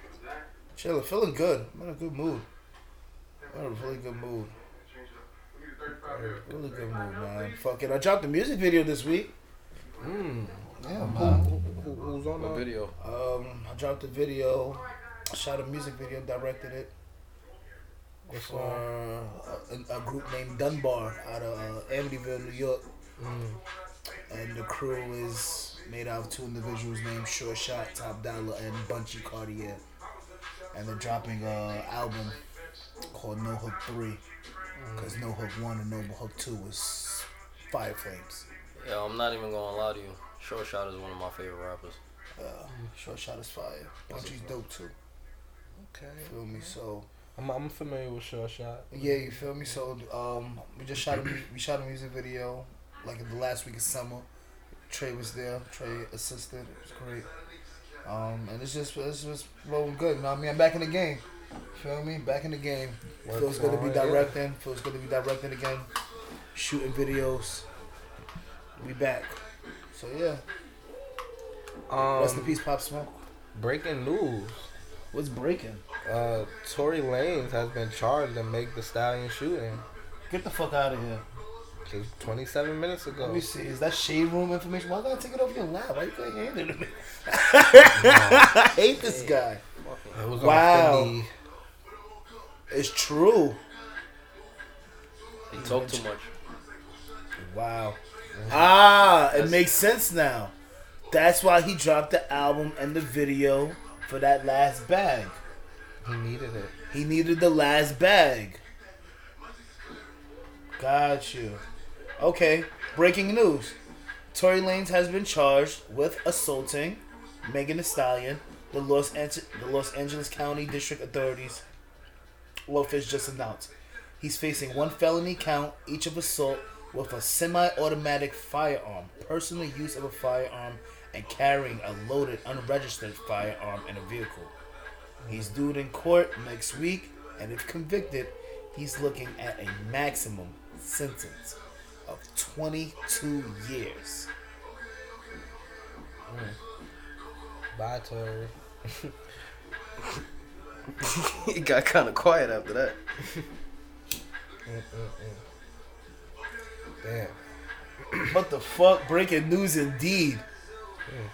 Chilling. Feeling good. I'm in a good mood. I'm in a really good mood. Really good mood, man. Fuck it. I dropped a music video this week. Mm. Yeah, Who, who, who's on What that? video? Um, I dropped a video. I shot a music video, directed it. For a, a group named Dunbar out of uh, Amityville, New York. Mm. And the crew is made out of two individuals named Sure Shot, Top Dollar, and Bunchy Cartier. And they're dropping a album called No Hook 3. Because No Hook 1 and No Hook 2 was Fire Flames. Yo, I'm not even gonna lie to you. Short Shot is one of my favorite rappers. Uh, Sure Shot is fire. Bunchy's dope too. Okay. Feel me? So, I'm, I'm familiar with Short Shot. yeah, you feel me? So, um, we just shot a, mu- we shot a music video like in the last week of summer. Trey was there. Trey assisted. It was great. Um, and it's just it's just rolling good. You know what I mean? I'm back in the game. Feel me? Back in the game. Work Feels good to be on, yeah. directing. Feels good to be directing again. Shooting videos. We back. So yeah. Rest in Um, peace, Pop Smoke. breaking news. What's breaking? Uh, Tory Lanez has been charged in Make the Stallion shooting Get the fuck out of here. just 27 minutes ago. Let me see. Is that shade room information? Why gotta take it off your lap? Why you can't hand it to me? I hate this guy. Oh, It was Wow. off in the It's true. They talk too much. Wow. Ah, it makes sense now. That's why he dropped the album and the video for that last bag. He needed it. He needed the last bag. Got you. Okay, breaking news. Tory Lanez has been charged with assaulting Megan Thee Stallion, the Los, Ange- the Los Angeles County District Authorities office just announced. He's facing one felony count each of assault with a semi-automatic firearm, personal use of a firearm, and carrying a loaded, unregistered firearm in a vehicle. He's due in court next week, and if convicted, he's looking at a maximum sentence of 22 years. Bye, Tory. It got kind of quiet after that. Damn. What the fuck? Breaking news indeed.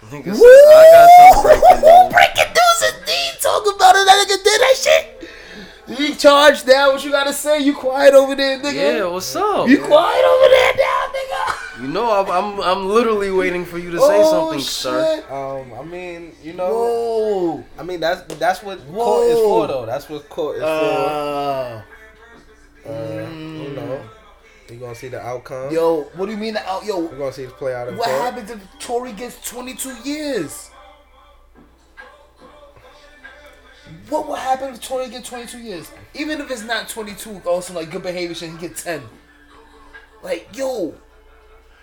Nigga said, I got some breaking news. Breaking news indeed. Talk about it. That nigga did that shit. You charged down. What you gotta say? You quiet over there, Yeah, nigga. what's up? You quiet over there now, nigga. You know, I'm, I'm I'm literally waiting for you to say Oh, something, sir. Um, I mean, you know, Whoa. I mean that's that's what court is Whoa. for, though. That's what court is Uh, for. Uh, You know, you gonna see the outcome. yo, what do you mean? Out, yo, We're gonna see this play out in What court. happens if Tory gets 22 years? What would happen if Tory gets 22 years? Even if it's not 22, also like good behavior shit, he get 10. Like, yo,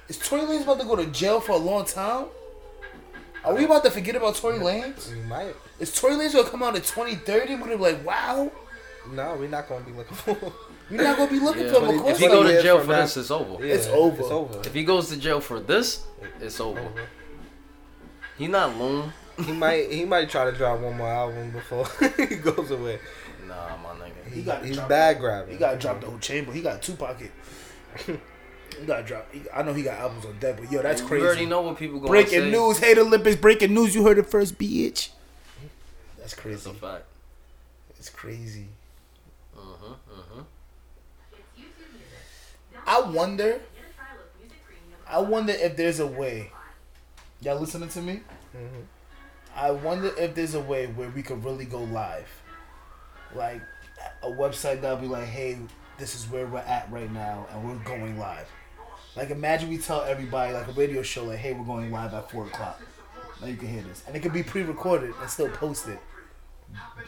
is Tory Lanez about to go to jail for a long time? Are we about to forget about Tory Lanez? We might. Is Tory Lanez gonna come out in 2030? We're gonna be like, wow, No, we're not gonna be looking for. him. you're not gonna be looking Yeah. for him. Of If course he not. go to Yeah, jail from for that- this, it's over. Yeah, over. It's over. If he goes to jail for this, it's over. Mm-hmm. He not loon. he might. He might try to drop one more album before he goes away. Nah, my nigga. He got He's dropped. bag grabbing. He gotta drop the whole chamber. He got two pocket. he gotta drop. he- I know he got albums on deck, but yo, that's You already crazy. know what people going to say. Breaking news. Hater Olympics. Breaking news. You heard it first, bitch. That's It's crazy. a fact. It's crazy. Mm-hmm, mm-hmm. I wonder. I wonder if there's a way. Y'all listening to me? I wonder if there's a way where we could really go live, like a website that'll be like, "Hey, this is where we're at right now, and we're going live." Like, imagine we tell everybody like a radio show, like, "Hey, we're going live at four o'clock." Now you can hear this, and it could be pre-recorded and still posted.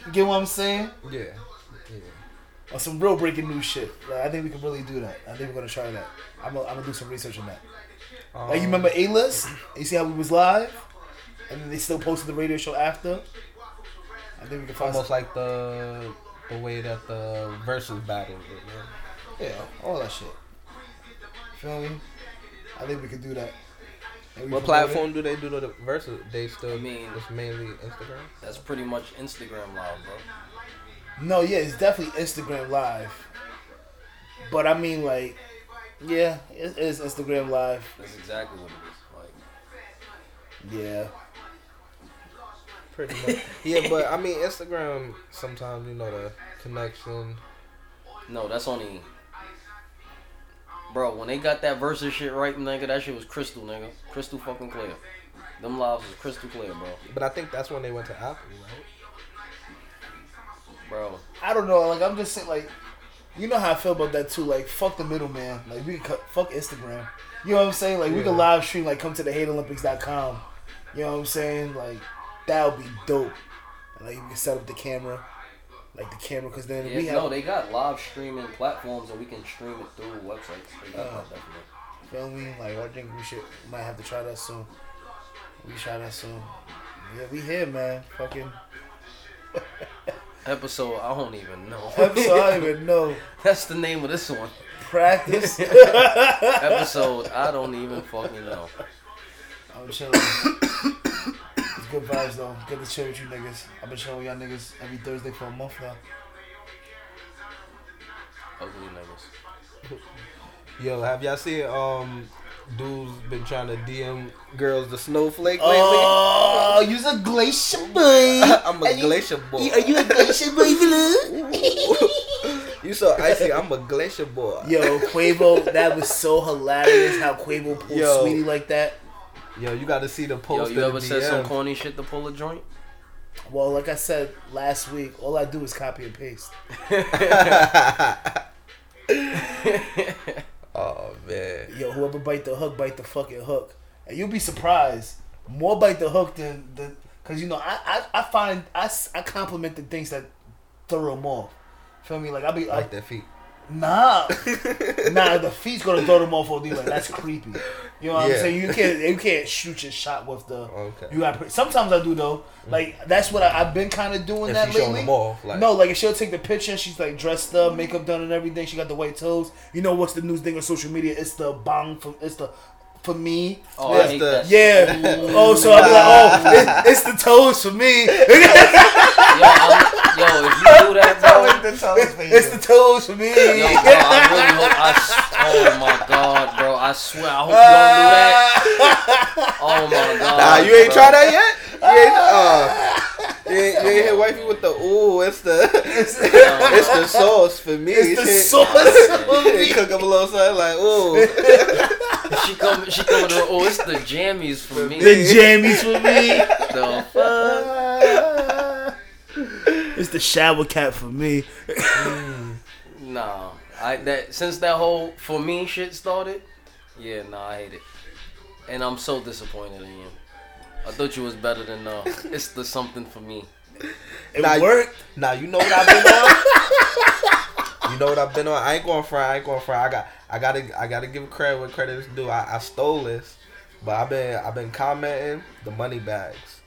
You get what I'm saying? Yeah. Yeah. Or some real breaking news shit. Like, I think we can really do that. I think we're gonna try that. I'm gonna, I'm gonna do some research on that. Um, Like you remember A List? You see how we was live, and then they still posted the radio show after. I think we can find Almost like the the way that the versus battle. is, man. yeah, all that shit. Feel me? I think we can do that. And we promote What platform do they do the versus? They still I mean- it's mainly Instagram. That's pretty much Instagram live, bro. it. No, yeah, it's definitely Instagram Live. But I mean, like, yeah, it is Instagram Live. That's exactly what it Yeah, Pretty much. yeah, but I mean Instagram. Sometimes you know the connection. is. Like, no, that's only. Bro, when they got that versus shit right, nigga, that shit was crystal, nigga. Crystal fucking clear. Them lives was crystal clear, bro. But I think that's when they went to Apple, right? Bro, I don't know. Like, I'm just saying, like, you know how I feel about that too. Like, fuck the middleman. Like, we can cut, fuck Instagram. You know what I'm saying? Like, we Yeah. can live stream. Like, come to the hateolympics.com. You know what I'm saying? Like, that would be dope. And, like, you can set up the camera, like the camera, because then we Yeah, have. no, they got live streaming platforms and we can stream it through websites. They got Uh. that definitely. feel me? Like, I think we should might have to try that soon. We try that soon. Yeah, we here, man. Fucking. Episode, I don't even know. Episode, I don't even know. That's the name of this one. Practice. Episode, I don't even fucking know. I'm chilling. it's good vibes though. Good to chill with you niggas. I've been chilling with y'all niggas every Thursday for a month now. Ugly niggas. Yo, have y'all seen um dudes been trying to DM girls the snowflake lately. Oh, you's a glacier boy. I'm a Are you- glacier boy. Are you a glacier boy, Blue? You so icy. I'm a glacier boy. Yo, Quavo, that was so hilarious how Quavo pulled Yo. Sweetie like that. Yo, you got to see the Yo, post. you of ever the said DM. some corny shit to pull a joint? Well, like I said last week, all I do is copy and paste. oh man. Yo, whoever bite the hook, bite the fucking hook. And you'll be surprised. More bite the hook than the. Because, you know, I, I, I find. I, s- I compliment the things that throw them off. Feel me? Like, I'll be I like like, their feet. nah. nah, the feet's gonna throw them off all these. Like, that's creepy. You know what Yeah. Oh, I'm saying? You can't you can't shoot your shot with the. Okay. You got. pre- Sometimes I do though. Like that's what I, I've been kind of doing If that she's lately. showing them off, like- no, like if she'll take the picture, and she's like dressed up, makeup done, and everything. She got the white toes. You know what's the new thing on social media? It's the bong from. It's the for me. Oh, I That's hate the- that. shit. Yeah. Oh, so I'm like, oh, it, it's the toes for me. Yo, I, yo, if you do that, bro. it's the toes for me. Yo, bro, I really hope. I, s- oh my god, bro! I swear, I hope you don't do that. Oh my god. Nah, you ain't bro. tried that yet. You ain't, uh, you ain't, you ain't hit wifey with the ooh. It's the it's, the sauce for me. It's the She- sauce for she me. cook up a little something like ooh. She coming, she coming. to- Oh, it's the jammies for me. The jammies for me. the fuck? Uh. It's the shower cap for me. Nah, I that since that whole for me shit started. Yeah, nah, I hate it, and I'm so disappointed in you. I thought you was better than uh, it's the something for me. It Nah, you- worked. Now you know what I've been on. You know what I've been on. I ain't going to fry. I ain't going to fry. I got. I gotta. I gotta give credit where credit is due. I, I stole this, but I've been. I've been commenting the money bags.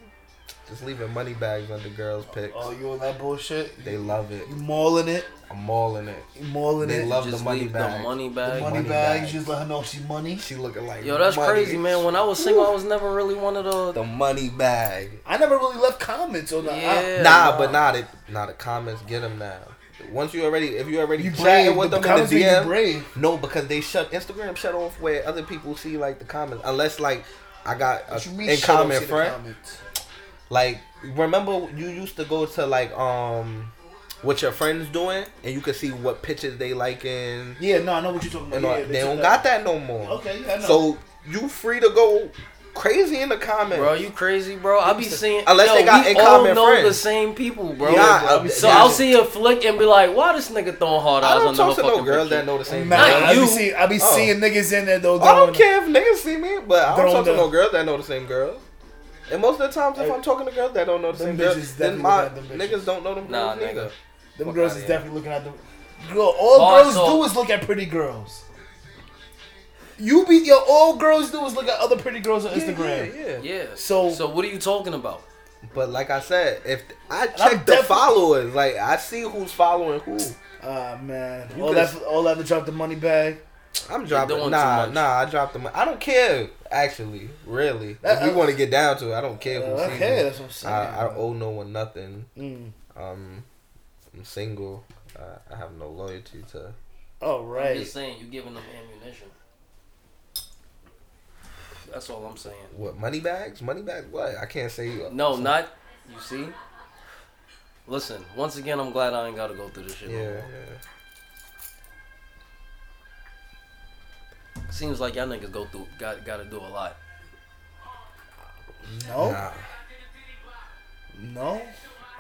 Just leaving money bags under girls' pics. Oh, you on that bullshit? They love it. You mauling it. I'm mauling it. You mauling They it. love Just the money leave bag. the money the bag. money, money bags. bags. Just let her know she money. She looking like Yo, that's money. crazy, man. When I was single, I was never really one of the The money bag. I never really left comments on the. I, Yeah. nah, nah. but nah, they, nah. The comments get them now. Once you already, if you already You chatting brave. with The them in comments the mean you Uh, DM, brave. No, because they shut Instagram shut off where other people see like the comments. Unless like I got What a, you mean in shut up, comment see the friend. comments? Like remember you used to go to like um what your friends doing and you could see what pictures they liking. Yeah, no, I know what you're talking And about. all- Yeah, they don't took got that no more. Okay, yeah, I know. So you free to go crazy in the comments. Bro, you crazy, bro? I be seeing. Unless yo, they got we in all common know friends. the same people, bro. Yeah, I- so yeah. I'll see a flick and be like, "Why this nigga throwing hard I eyes don't on the talk motherfucking to no girls picture?" that know the same. Nah, girl. Not I be, you. see, I be Oh. seeing niggas in there though. I don't throwing- care if niggas see me, but I don't Throwing talk to the- no girls that know the same girls. And most of the times, if Hey, I'm talking to girls that don't know the them same bitches girls, then definitely my got them bitches. niggas don't know them Nah, girls neither. nigga. Them Fuck girls outta is here. definitely looking at the girl. All Hard girls talk. do is look at pretty girls. You be yo. All girls do is look at other pretty girls on Instagram. Yeah, yeah, yeah. Yeah. So- so what are you talking about? But like I said, if I check I'm the definitely- followers, like I see who's following who. Ah man, You all could've- that all that to drop the money bag. I'm dropping. doing too Nah, much. nah. I dropped them. I don't care. Actually, really, That- if we want to get down to it, I don't care who Uh, sees okay, me. that's what I'm saying, I, I man. owe no one nothing. Mm. Um, I'm single. Uh, I have no loyalty to. All I'm right. just saying, you giving them ammunition. That's all I'm saying. What money bags? Money bags? What? I can't say. uh, No, not. You see. Listen, once again, I'm glad I ain't gotta go through this shit. no Yeah, more. Seems like y'all niggas go through, got gotta do a lot. No, Nah, no,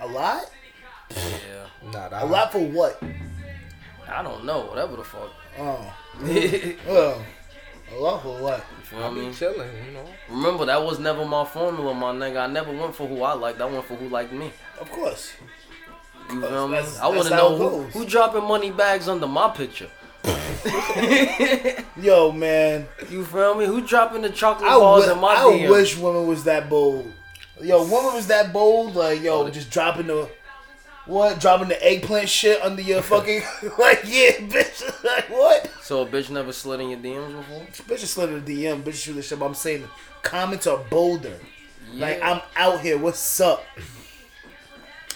a lot, Yeah. nah. That, a lot for what? I don't know. Whatever the fuck. Oh, you well, a lot for what? feel I me? be chilling, you know. Remember, that was never my formula, my nigga. I never went for who I liked. I went for who liked me. Of course. You feel me? That's- I want to that's how know it who, goes. who dropping money bags under my picture. Yo, man, you feel me? Who dropping the chocolate I balls wi- in my I DM? wish women was that bold. Yo, woman was that bold, like yo, just dropping the what, dropping the eggplant shit under your fucking like yeah, bitch, like what? So a bitch never slid in your DMs before? Bitch is slid in the DM, bitch shoot the shit. But I'm saying comments are bolder. Like Yeah. I'm out here. What's up?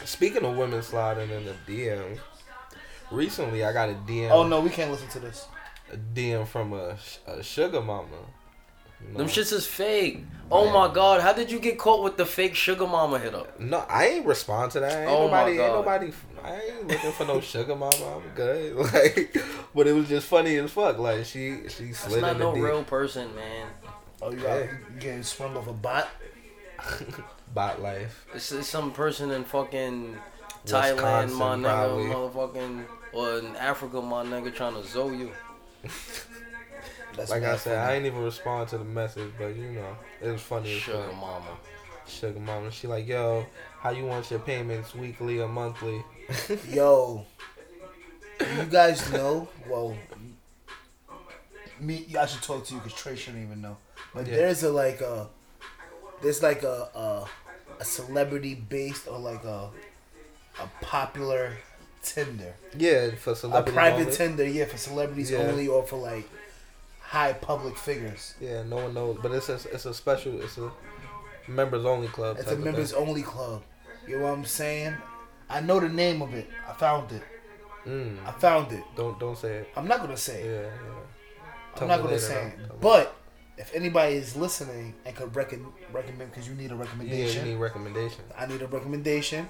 Speaking of women sliding in the DM, recently I got a DM. Oh no, we can't listen to this. A DM from a, a sugar mama. Them shits is fake. Oh my god, how did you get caught with the fake sugar mama hit up? No, I ain't respond to that. Ain't Oh my nobody, ain't God. nobody. I ain't looking for no sugar mama. I'm good. Like, but it was just funny as fuck. Like she, she That's slid not in the no D. real person, man. Oh, you got you getting sprung off a bot? bot life. It's, it's some person in fucking Thailand, Wisconsin, my probably. nigga, motherfucking, or in Africa, my nigga, trying to zoe you. That's Like I mad said, I funny. ain't even respond to the message, but you know, it was funny as Sugar fuck. mama. Sugar mama. She like, yo, how you want your payments weekly or monthly? Yo, you guys know? Well, me, I should talk to you because Trey shouldn't even know. But Yeah. there's a like a, there's like a a, a celebrity based or like a a popular Tinder, Yeah, for a celebrities. private only. Tinder, yeah, for celebrities Yeah. only or for like high public figures. Yeah, no one knows, but it's a, it's a special, it's a members only club. It's a type of thing. members only club. You know what I'm saying? I know the name of it. I found it. Mm, I found it. don't don't say it. I'm not gonna say Yeah, it. yeah. I'm Tell not me gonna later, say though. it, Tell me but if anybody is listening and could reckon, recommend, because you need a Yeah, you recommendation, need recommendation. I need a recommendation.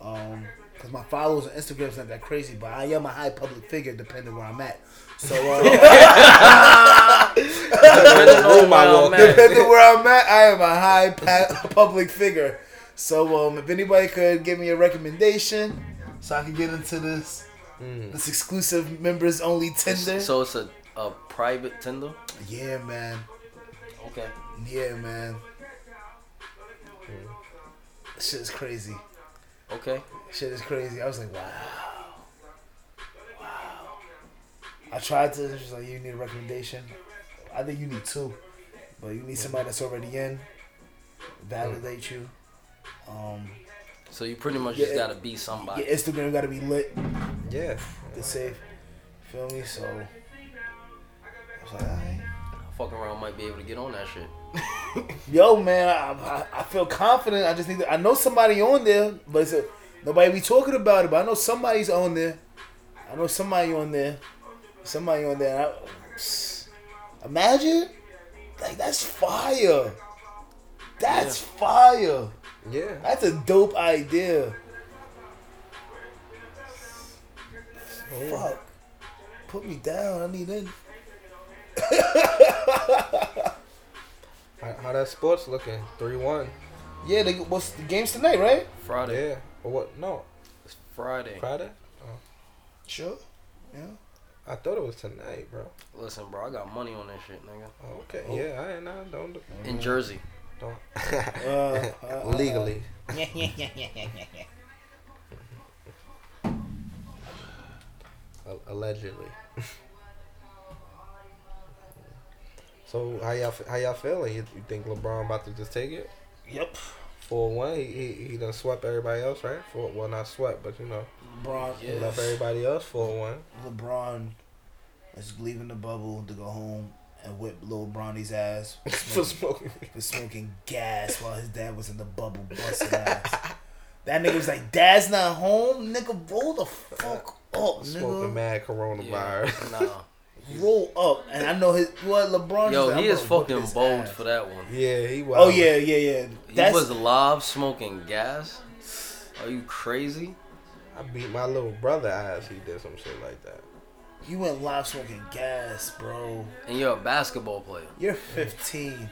Um, because my followers on Instagram is not that crazy, but I am a high public figure depending where I'm at. So uh, Depending on Oh, Room I where I'm walk at. depending where I'm at, I am a high pa- public figure. So um, if anybody could give me a recommendation, so I could get into this Mm. this exclusive members only Tinder. So it's a, a private Tinder? yeah, man. Okay. Yeah, man. Shit is crazy. Okay. Shit is crazy. I was like, wow. Wow. I tried to, she's like, you need a recommendation. I think you need two. But you need somebody that's already in, validate you. Um, So you pretty much Yeah. just gotta be somebody. your Instagram gotta be lit, Yeah. it's safe. Feel me? So, I was like, all right. Fuck around might be able to get on that shit. Yo, man, I, I, I feel confident. I just need to, I know somebody on there, but it's a, nobody be talking about it. But I know somebody's on there. I know somebody on there. Somebody on there. I, imagine, like that's fire. That's fire. Yeah. That's a dope idea. Fuck. Put me down. I need in. How, how that sports looking? Three one. Yeah, they, what's the games tonight, right? Friday. Yeah. Or what? No. It's Friday. Friday. Sure. Yeah. I thought it was tonight, bro. Listen, bro, I got money on that shit, nigga. Oh, okay. Yeah. I ain't. Nah, don't. Mm-hmm. In Jersey. Don't. Uh, uh, uh, Legally. Al- Allegedly. So how y'all f- how y'all feeling? You, you think LeBron about to just take it? Yep. Four one, he, he he done swept everybody else, right? Four well not swept, but you know LeBron, Yeah. he left everybody else four one. LeBron is leaving the bubble to go home and whip little Bronny's ass for For smoking, smoking. for smoking gas while his dad was in the bubble busting ass. That nigga was like, "Dad's not home, nigga. Roll the fuck up, Smoking nigga. mad Yeah. coronavirus. Nah. Roll up." And I know his what LeBron. Yo, like, he "I'm is gonna whip fucking his bold ass." for that one. Yeah, he was. Oh yeah, yeah, yeah. That's he was live smoking gas. Are you crazy? I beat my little brother ass. He did some shit like that. you went live smoking gas, bro. And you're a basketball player. You're 15.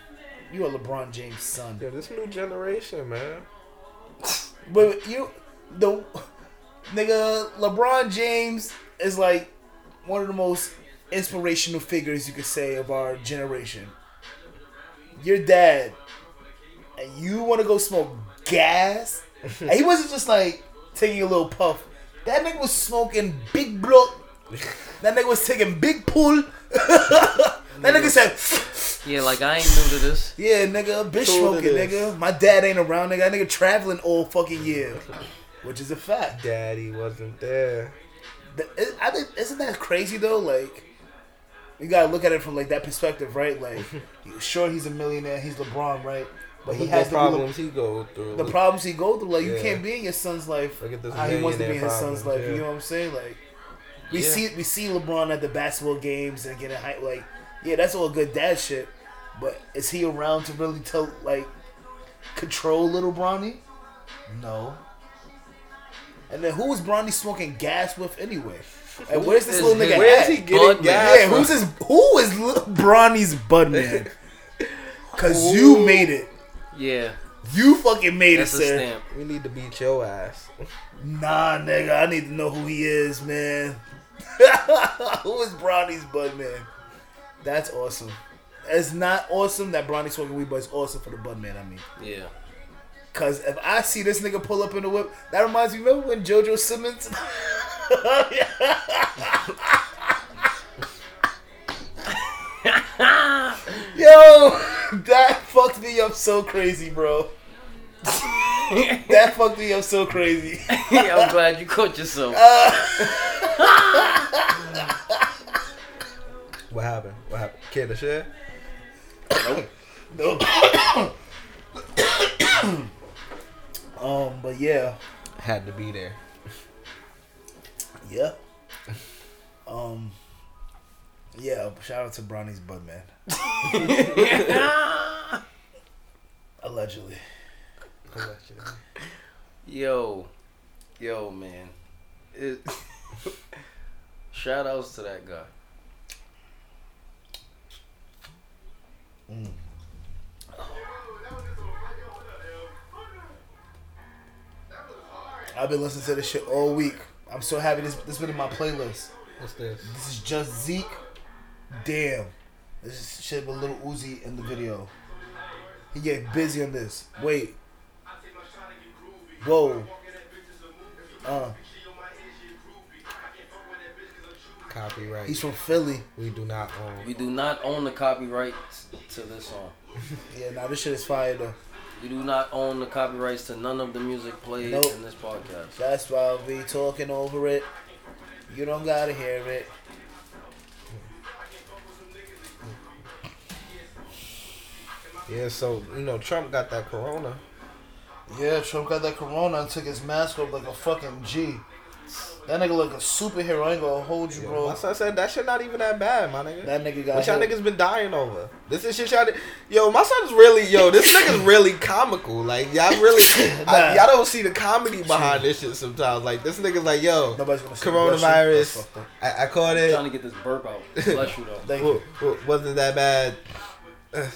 You a LeBron James son. Yeah, this new generation, man. But you, the nigga LeBron James is like one of the most inspirational figures you could say of our generation. Your dad, and you want to go smoke gas, and he wasn't just like taking a little puff. That nigga was smoking big block. That nigga was taking big pull. that nigga said, Yeah, like I ain't new to this. yeah, nigga, bitch Sure it smoking, is. nigga. My dad ain't around, nigga. That nigga traveling all fucking year, which is a fact. Daddy wasn't there. Th- it- I think isn't that crazy though? Like, you gotta look at it from like that perspective, right? Like, you- sure he's a millionaire, he's LeBron, right? But he Look has what to be problems he go through. Le- the problems he go through. Like, you Yeah. can't be in your son's life. Look at this how he wants to be in his millionaire son's life. problems, You yeah. know what I'm saying? Like, we Yeah. see we see LeBron at the basketball games and getting hype. Like, yeah, that's all good dad shit. But is he around to really tell like control little Bronny? No. And then who is Bronny smoking gas with anyway? And where's this is little his- nigga Where's at? he getting Bud Man. gas yeah, from? who's his, who is Lil Bronny's bud man? Cause you Ooh. made it. Yeah, You fucking made that's it, a sir. stamp. We need to beat your ass. Nah, nigga, I need to know who he is, man. who is Bronny's bud man? That's awesome. It's not awesome that Bronny's smoking weed, but it's awesome for the bud man. I mean, Yeah. cause if I see this nigga pull up in the whip, that reminds me. Remember when JoJo Simmons? Yo, that fucked me up so crazy, bro. that fucked me up so crazy. yeah, I'm glad you caught yourself. Uh, What happened? What happened? Care to share? Nope. um, but yeah, Had to be there. yeah. Um, yeah. Shout out to Bronny's bud man. Allegedly, Yo, yo, man. It, shout outs to that guy. I've been listening to this shit all week. I'm so happy this this been in my playlist. What's this? This is just Zeke. Damn, this is shit with little Uzi in the video. He get busy on this. Wait. Whoa. Uh, Copyright. he's from Philly. we do not own. We do not own the copyrights to this song. Yeah, now this shit is fire though. We do not own the copyrights to none of the music played Nope. in this podcast. That's why we talking over it. You don't gotta hear it. Yeah, so you know Trump got that corona. Yeah, Trump got that corona and took his mask off like a fucking G. That nigga like a superhero. I ain't gonna hold you, Yeah, bro. My son said that shit not even that bad, my nigga. That nigga got what y'all hit. niggas been dying over? This is shit y'all. di- Yo, my son's really. Yo, this nigga's really comical. Like y'all really. Nah. I, y'all don't see the comedy behind this shit sometimes. Like this nigga's like, yo, Nobody's gonna say that shit. coronavirus. That's fucked I, I caught I'm it. trying to get this burp out. Bless you though. Thank W- you. w- wasn't that bad. Ugh,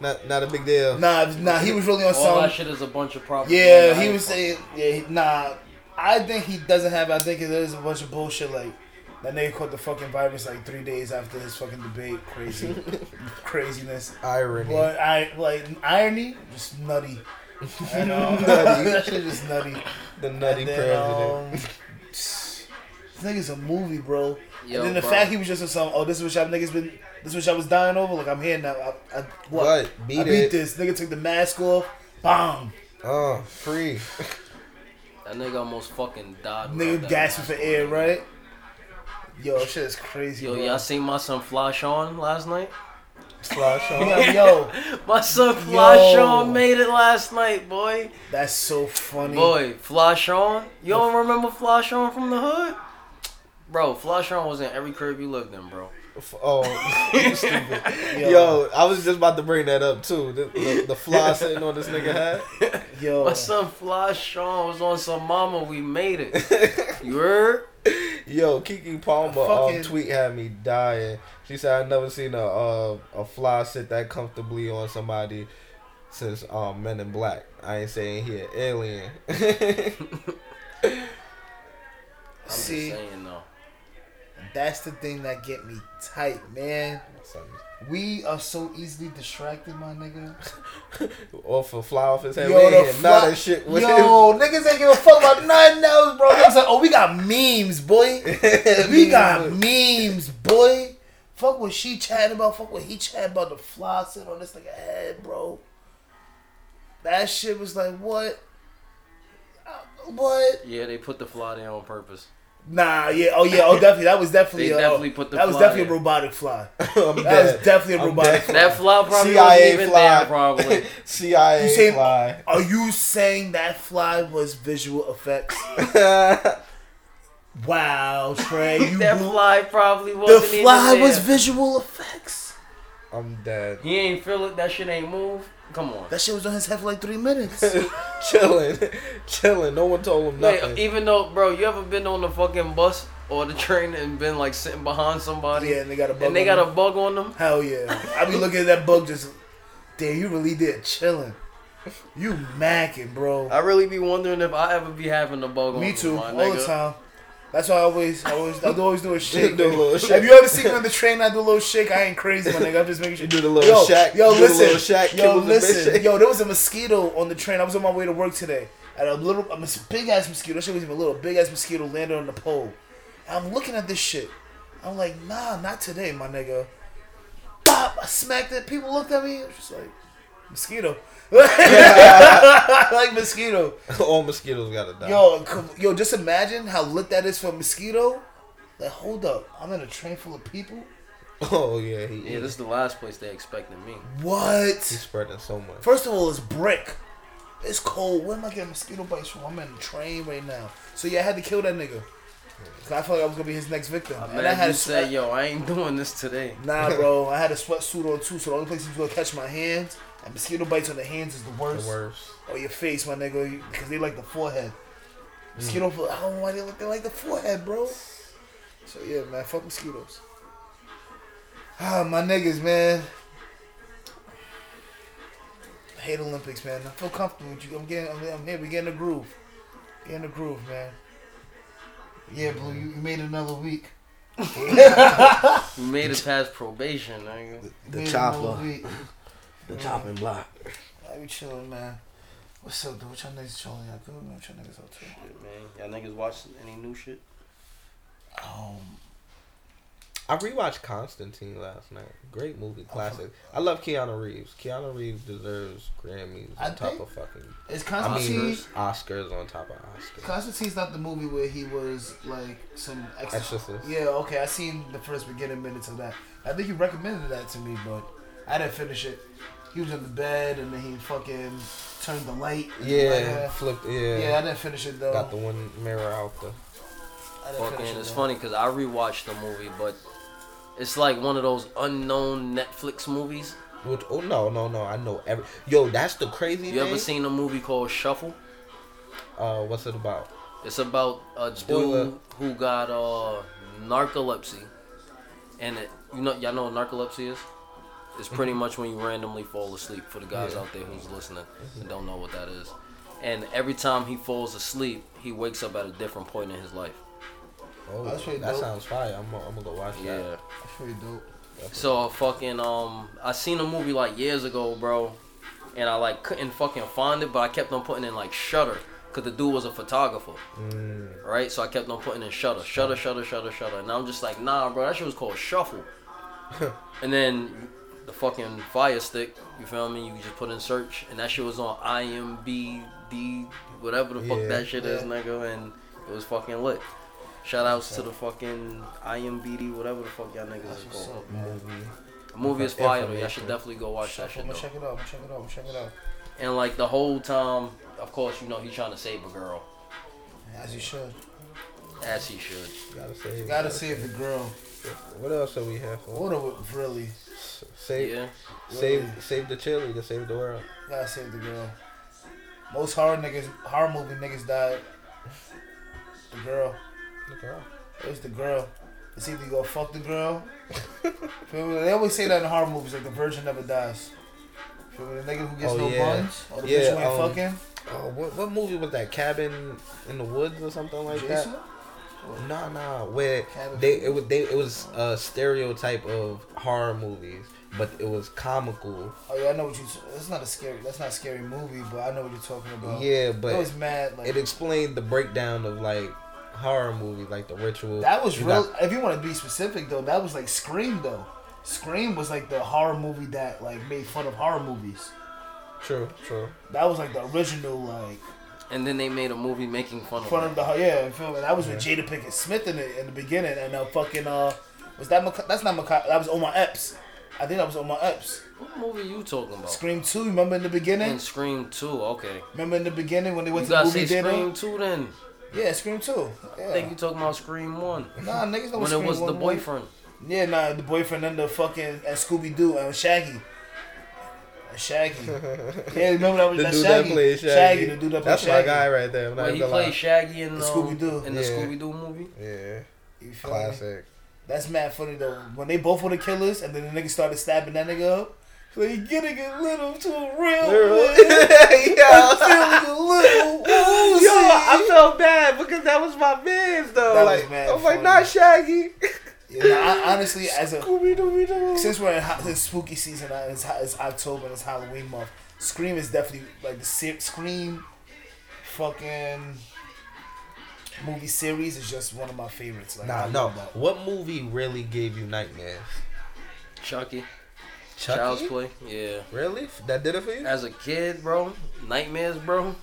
Not not a big deal. Nah, nah, he was really on All that some. shit is a bunch of problems. Yeah, he was saying. Yeah, he- nah. I think he doesn't have. I think it is a bunch of bullshit. Like that nigga caught the fucking virus like three days after his fucking debate. Crazy, craziness. Irony. But I like irony, just nutty. I know that shit just nutty. The nutty And then, uh, um, this nigga's a movie, bro. Yo, and then the bro. fact he was just on some, oh, this is what y'all niggas been, this is what y'all was dying over. Like I'm here now. I, I, what? What? Beat I beat it. this. Nigga took the mask off. Bomb. oh, free. That nigga almost fucking died. without Nigga that gasping mask. for air, right? Yo, shit is crazy. Yo, bro. y'all seen my son Fly Sean last night? Slash on. Yo, yo, My son Fly Yo. Sean made it last night, boy. that's so funny. Boy, Fly Sean. You don't remember Fly Sean from the hood? Bro, Fly Sean was in every crib you lived in, bro. Oh, you stupid. Yo, Yo. I was just about to bring that up too. The, the, the fly sitting on this nigga hat. yo. My son Fly Sean was on some mama, we made it. You heard? Yo, Kiki Palmer Fucking- um, tweet had me dying. She said I never seen a uh, a fly sit that comfortably on somebody since um Men in Black. I ain't saying here alien. I'm just See? saying though. That's the thing that get me tight, man. We are so easily distracted, my nigga. off a fly off his head. Yo, Yo, the man, nah, fly- that shit. Yo, niggas ain't give a fuck about nothing else, bro. Niggas like, oh, we got memes, boy. We got memes, boy. Fuck what she chatting about. Fuck what he chatting about. The fly sitting on this nigga head, bro. That shit was like, what? Uh, What? Yeah, they put the fly there on purpose. Nah, yeah, oh yeah, oh definitely. That was definitely. They uh, definitely put the That was fly definitely there. a robotic fly. That I'm was dead. definitely a I'm robotic. dead. fly. That fly probably wasn't CIA even fly. there, probably. CIA You saying, fly. Are you saying that fly was visual effects? wow, Trey, you that blew- fly probably The wasn't even fly there. was visual effects. I'm dead. He ain't feel it. That shit ain't move. Come on. That shit was on his head for like three minutes. chilling, chilling. No one told him Like, nothing. even though, bro, you ever been on the fucking bus or the train and been like sitting behind somebody? Oh, yeah, and they got a bug. and they on got him. a bug on them. Hell yeah. I be looking at that bug just, damn, you really did chilling. You macking, bro. I really be wondering if I ever be having a bug on Me too, my all nigga. the time. That's why I always, I always, I always do a shake. Do a little shake. Have you ever seen me on the train? I do a little shake. I ain't crazy, my nigga. I'm just making sure. You do the little yo, Shaq- Yo, you do the listen. little Shaq yo, kibble the listen. bitch. Yo, there was a mosquito on the train. I was on my way to work today, and a little, a mis- big ass mosquito. That shit was even little. Big ass mosquito landed on the pole. I'm looking at this shit. I'm like, nah, not today, my nigga. Pop, I smacked it. People looked at me. It was just like, mosquito. like mosquito. All mosquitoes gotta die. Yo, com- yo, just imagine how lit that is for a mosquito. Like, hold up, I'm in a train full of people. Oh yeah, he, Yeah, this is the last place they expected me. he's What? spreading so much. First of all, it's brick. It's cold. Where am I getting mosquito bites from? I'm in a train right now. So yeah, I had to kill that nigga. 'Cause I felt like I was gonna be his next victim. I and I Uh, man, had you a sweat. say, yo, I ain't doing this today. Nah, bro, I had a sweatsuit on too. So the only place he's gonna catch my hands and mosquito bites on the hands is the The worst. worst. Or Oh, your face, my nigga, because they like the forehead. Mosquito, I don't know why they look they like the forehead, bro. So yeah, man, fuck mosquitoes. Ah, my niggas, man. I hate Olympics, man. I feel comfortable with you. I'm getting, I'm, I'm here. We getting the groove. Getting the groove, man. Yeah, blue, you, you made another week. You made it past probation, nigga. You The made chopper. another week. The chopping block. I be chilling, man. What's up, dude? What y'all niggas chilling? Y'all good? man? What y'all niggas up to? Shit, man. Y'all niggas watching any new shit? Um, I rewatched Constantine last night. Great movie, classic. I love Keanu Reeves. Keanu Reeves deserves Grammys on I top think- of fucking. is I Constantine? mean, Oscars on top of Oscars. Constantine's not the movie where he was like some extra. Exorcist. Yeah, okay, I seen the first beginning minutes of that. I think you recommended that to me, but I didn't finish it. He was in the bed and then he fucking turned the light. and Yeah, like, uh, flipped. yeah. Yeah, I didn't finish it though. got the one mirror out the. I didn't Fucking, finish it, it's though. funny because I rewatched the movie, but it's like one of those unknown Netflix movies. Which, oh no no no! I know every. Yo, that's the crazy. You ever thing. seen a movie called Shuffle? Uh, what's it about? It's about a Spoiler. dude who got uh narcolepsy, and it, you know y'all know what narcolepsy is. It's pretty much when you randomly fall asleep. For the guys Mm-hmm. Yeah. out there who's listening and don't know what that is, and every time he falls asleep, he wakes up at a different point in his life. Oh, That's pretty that dope. sounds fire. I'm gonna, I'm gonna go watch Yeah. that. That's pretty dope. So fucking um, I seen a movie like years ago, bro, and I like couldn't fucking find it, but I kept on putting in like Shutter, cause the dude was a photographer, Mm, right? So I kept on putting in Shutter, Shutter, Shutter, Shutter, Shutter, and I'm just like, nah, bro, that shit was called Shuffle. and then the fucking Fire Stick, you feel me? You just put in search, and that shit was on IMBD, whatever the fuck Yeah. that shit is, Yeah. nigga, and it was fucking lit. Shout outs to the fucking IMBD, whatever the fuck y'all niggas That's is what's called. up, man. The movie is Different fire though. Y'all should information. definitely go watch that I'm shit gonna though. check it out. I'm gonna check it out. I'm gonna check it out. And like the whole time, of course, you know he's trying to save a girl, As you should. as he should. gotta save. Gotta it. save the girl. What else are we here for? What a really. Save, Yeah. save, save the chili to save the world. Gotta save the girl. Most horror niggas, horror movie niggas died. The girl. Look around. It was the girl. It's either you go fuck the girl. Feel me? They always say that in horror movies, like the virgin never dies. Feel me? The nigga who gets Oh, no yeah. buns, or the Yeah, bitch who ain't um, fucking. Oh, what, what movie was that? Cabin in the Woods or something like Jason? that? Nah, nah. Where Cabin- they it was they it was a stereotype of horror movies, but it was comical. Oh yeah, I know what you. That's not a scary. That's not a scary movie, but I know what you're talking about. Yeah, it but was mad. Like it explained the breakdown of like horror movies, like the ritual. that was You real. got- if you want to be specific though, that was like Scream though. Scream was like the horror movie that like made fun of horror movies. true, true. That was like the original like And then they made a movie making fun of. front Her. of the yeah, you feel me? That was with Jada Pinkett Smith in it in the beginning, and uh, fucking uh, was that Maca- that's not Maca- that was Omar Epps. I think that was Omar Epps. What movie you talking about? Scream Two, remember in the beginning? And Scream Two. Okay. Remember in the beginning when they Mm. You went to the gotta movie say theater? Scream Two then. Yeah, Scream Two. I think Yeah. you talking about Scream One. Nah, niggas don't. When it Scream was the one, one. boyfriend. Yeah, nah, the boyfriend under fucking and Scooby Doo and Shaggy. And Shaggy. yeah, remember that was The that dude Shaggy. that played Shaggy. Shaggy, the dude that That's played Shaggy. my guy right there. I'm not Well, he gonna played lie. Shaggy in um, Scooby-Doo. in the Yeah. Scooby Doo movie. Oh, Yeah, You feel me? classic. That's mad funny though. When they both were the killers, and then the nigga started stabbing that nigga up. So you getting a little too real. man. yeah. Feeling a little woozy. Yo, I felt bad because that was my man's though. That was like, mad I was like, funny. not Shaggy. Yeah, nah, I, honestly, as a Scooby Dooby Doo. since we're in, ho- it's spooky season, uh, it's, ho- it's October, it's Halloween month. Scream is definitely like the ser- Scream, fucking movie series is just one of my favorites. Like, I Nah, no. love that. What movie really gave you nightmares? Chucky, Chucky. Child's Play. Yeah. Really? That did it for you? As a kid, bro, nightmares, bro.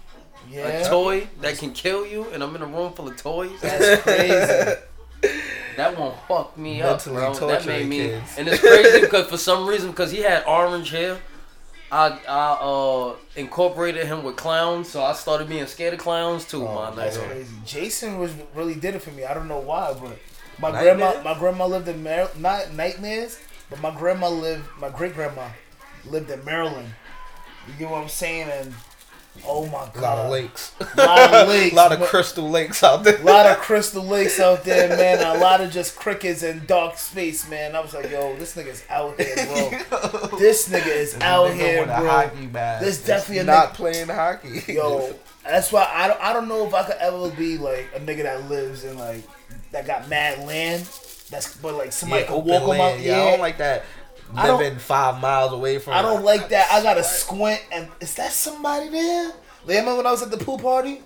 Yeah, A toy that can kill you, and I'm in a room full of toys. that's crazy. That one fucked me Mentally up, bro. That made torturing me, kids. and it's crazy because for some reason, because he had orange hair, I I uh incorporated him with clowns, so I started being scared of clowns too. Oh, my That's Yeah. nigga. crazy. Jason was really did it for me. I don't know why, but my Nightmares? grandma, my grandma lived in Maryland. Not nightmares, but my grandma lived, my great grandma lived in Maryland. You get what I'm saying? And oh my god, A lot of lakes. A lot of lakes, lot of man. crystal lakes out there. A lot of crystal lakes out there, man. A lot of just crickets and dark space, man. I was like, yo, this nigga's out here, bro. this nigga is out Nigga here, with a bro. hockey mask. This It's definitely a not nigga- playing hockey. Yo, that's why I don't, I don't know if I could ever be like a nigga that lives in like that got mad land. That's but like somebody yeah, could open walk on my land. Yeah, I don't like that. I don't- Living five miles away from. I don't like that. I gotta squint and is that somebody there? Like, remember when I was at the pool party?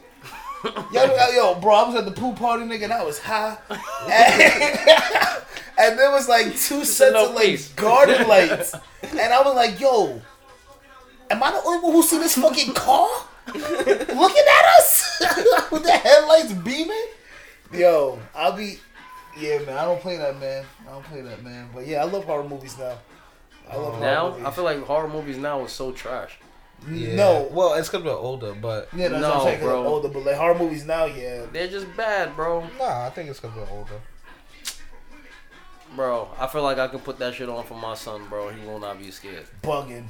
Yo, yo, yo, bro, I was at the pool party, nigga, and I was high. And, and there was like two sets no of like peace. garden lights. And I was like, yo, am I the only one who see this fucking car? Looking at us? With the headlights beaming? Yo, I'll be yeah, man, I don't play that man. I don't play that man. But yeah, I love horror movies now. I love horror Now movies. I feel like horror movies now is so trash. Yeah. No. Well, it's because we're older, but Yeah, that's what No, I'm saying. 'cause I'm bro. older, but like horror movies now, yeah. They're just bad, bro. nah, I think it's because we're older. Bro, I feel like I can put that shit on for my son, bro. He will not be scared. Bugging.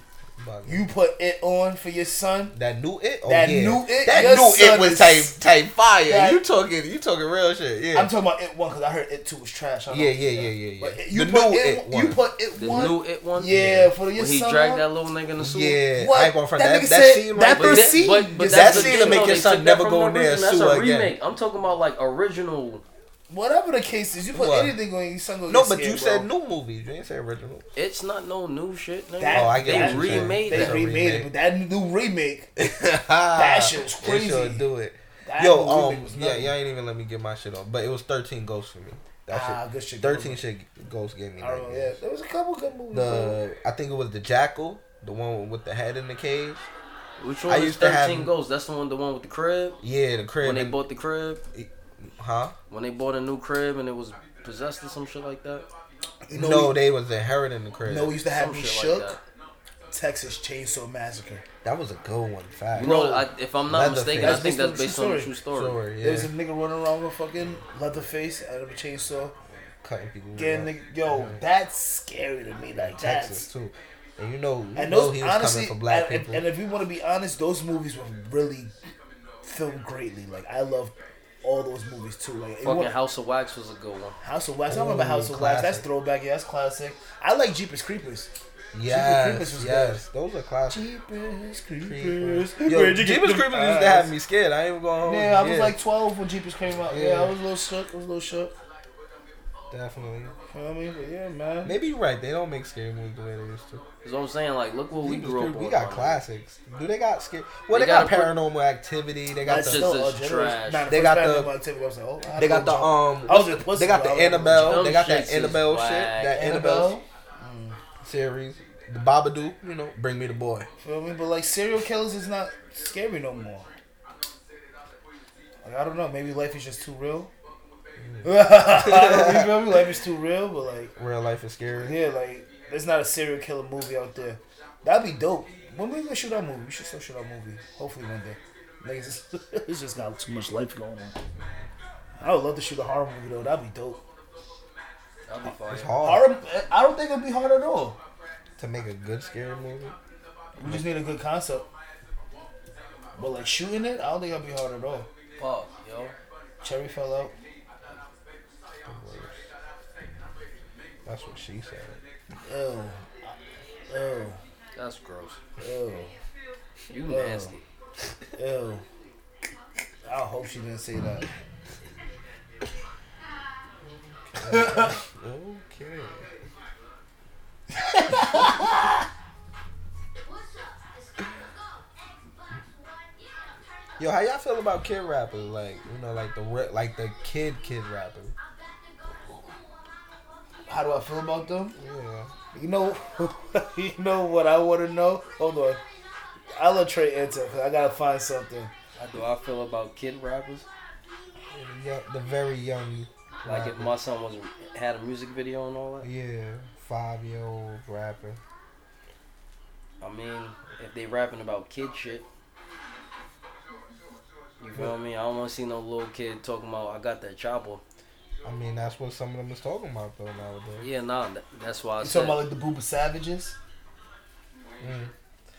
But- You put it on for your son. That new it, oh, That yeah. new It? that Your new son it was is- type type fire. That- you talking, you talking real shit. Yeah, I'm talking about it one because I heard it two was trash. I don't yeah, know. yeah, yeah, yeah, But yeah. it- you the put new it, it, one. You put it The one. new it one. yeah, for your When he son. dragged that little nigga in the sewer. yeah, What? I ain't going front That that. nigga That, that said- scene, that right first that- scene- but that that's the scene to thing, make though. your They son took never that go from in the there and original. sue That's a again. remake. I'm talking about like original. Whatever the case is, you put What? anything on your son. Gonna No, get but scared, you bro. said new movies. You ain't say original. It's not no new shit. Nigga. That- Oh, I get they what you're saying. remade They that. remade it, remake. but that new remake. that shit was crazy. It sure do it. That Yo, new um, remake was yeah, nothing. y'all ain't even let me get my shit off, but it was thirteen ghosts for me. That Ah, shit, good shit. thirteen shit ghosts gave me. I don't know. nightmares. Yeah, there was a couple good movies. bro. The I think it was the jackal, the one with the head in the cage. Which I one was used to have- 13 Ghosts? That's the one, the one with the crib. Yeah, the crib. When they and- bought the crib, huh? when they bought a new crib and it was possessed or some shit like that. You know no, we- they was inheriting the crib. you know, we used to have Some me shit shook. like Texas Chainsaw Massacre. that was a good one. Fact. You know, Bro, I, if I'm not Leatherface. mistaken, I That's think based on that's a based true on a story. true story. Sorry, There's yeah. a nigga running around with fucking Leatherface out of a chainsaw. Cutting people. Yeah, up. nigga, yo, that's scary to me. Like Texas that's too. And you know, you and know those he was honestly, coming for black and, if- people. and if you want to be honest, those movies were really filmed greatly. Like I love all those movies too. Like it Fucking wa- House of Wax was a good one. House of Wax. I remember Ooh, House of Wax. That's classic. throwback. Yeah, that's classic. I like Jeepers Creepers. Jeepers Creepers yes, was yes, those are classic. Jeepers Creepers. Creepers. Yo, Jeepers Creepers used to have me scared. I ain't even going home. Yeah, I was like 12 when Jeepers came out. Yeah, Yeah. I was a little shook. I was a little shook. definitely. You know what I mean? But yeah, man. Maybe you're right. They don't make scary movies the way they used to. That's what I'm saying. Like, look what we Jeepers grew up Creepers, on. we got bro. classics. Do they got scary? Well, They they, got, got a pre- paranormal activity. They got That's the just- still it's a generation. trash. Nah, the They first got time the- I went to it, I was like, oh, I They got the don't um. I was a pussy, they got the bro. I was a Annabelle. jump. They got Dumb that shits is Annabelle shit. whack. That jump. Annabelle series. The Babadook. You know, bring me the boy. Feel me? But like serial killers is not scary no more. Like I don't know, maybe life is just too real. Mm. you feel me? Life is too real, but like Real life is scary. yeah, like there's not a serial killer movie out there. That'd be dope. When we gonna shoot our movie, we should still shoot our movie. Hopefully one day. Niggas, just- it's just got too much life going on. I would love to shoot a horror movie though. That'd be dope. I'll be fine. It's hard Horror, I don't think it'd be hard at all. to make a good scary movie. We just need a good concept. But like shooting it, I don't think it'd be hard at all. Fuck, yo. Cherry fell out. The worst. That's what she said. Ew. Ew. That's gross. Ew. You nasty. Ew. I hope she didn't say that. Okay. Yo, how y'all feel about kid rappers? Like, you know, like the re- like the kid kid rapper. How do I feel about them? Yeah. You know, you know what I want to know. Hold on, I'll let Trey answer 'cause I gotta find something. How do I feel about kid rappers? yeah. The very young. Like if rapper. my son was had a music video and all that. Yeah, five year old rapper. I mean, if they rapping about kid shit. You feel me? I don't want to see no little kid talking about I got that chopper. I mean, that's what some of them is talking about though nowadays. Yeah, nah, that, that's why I You said. talking about like the Booba Savages? Mm.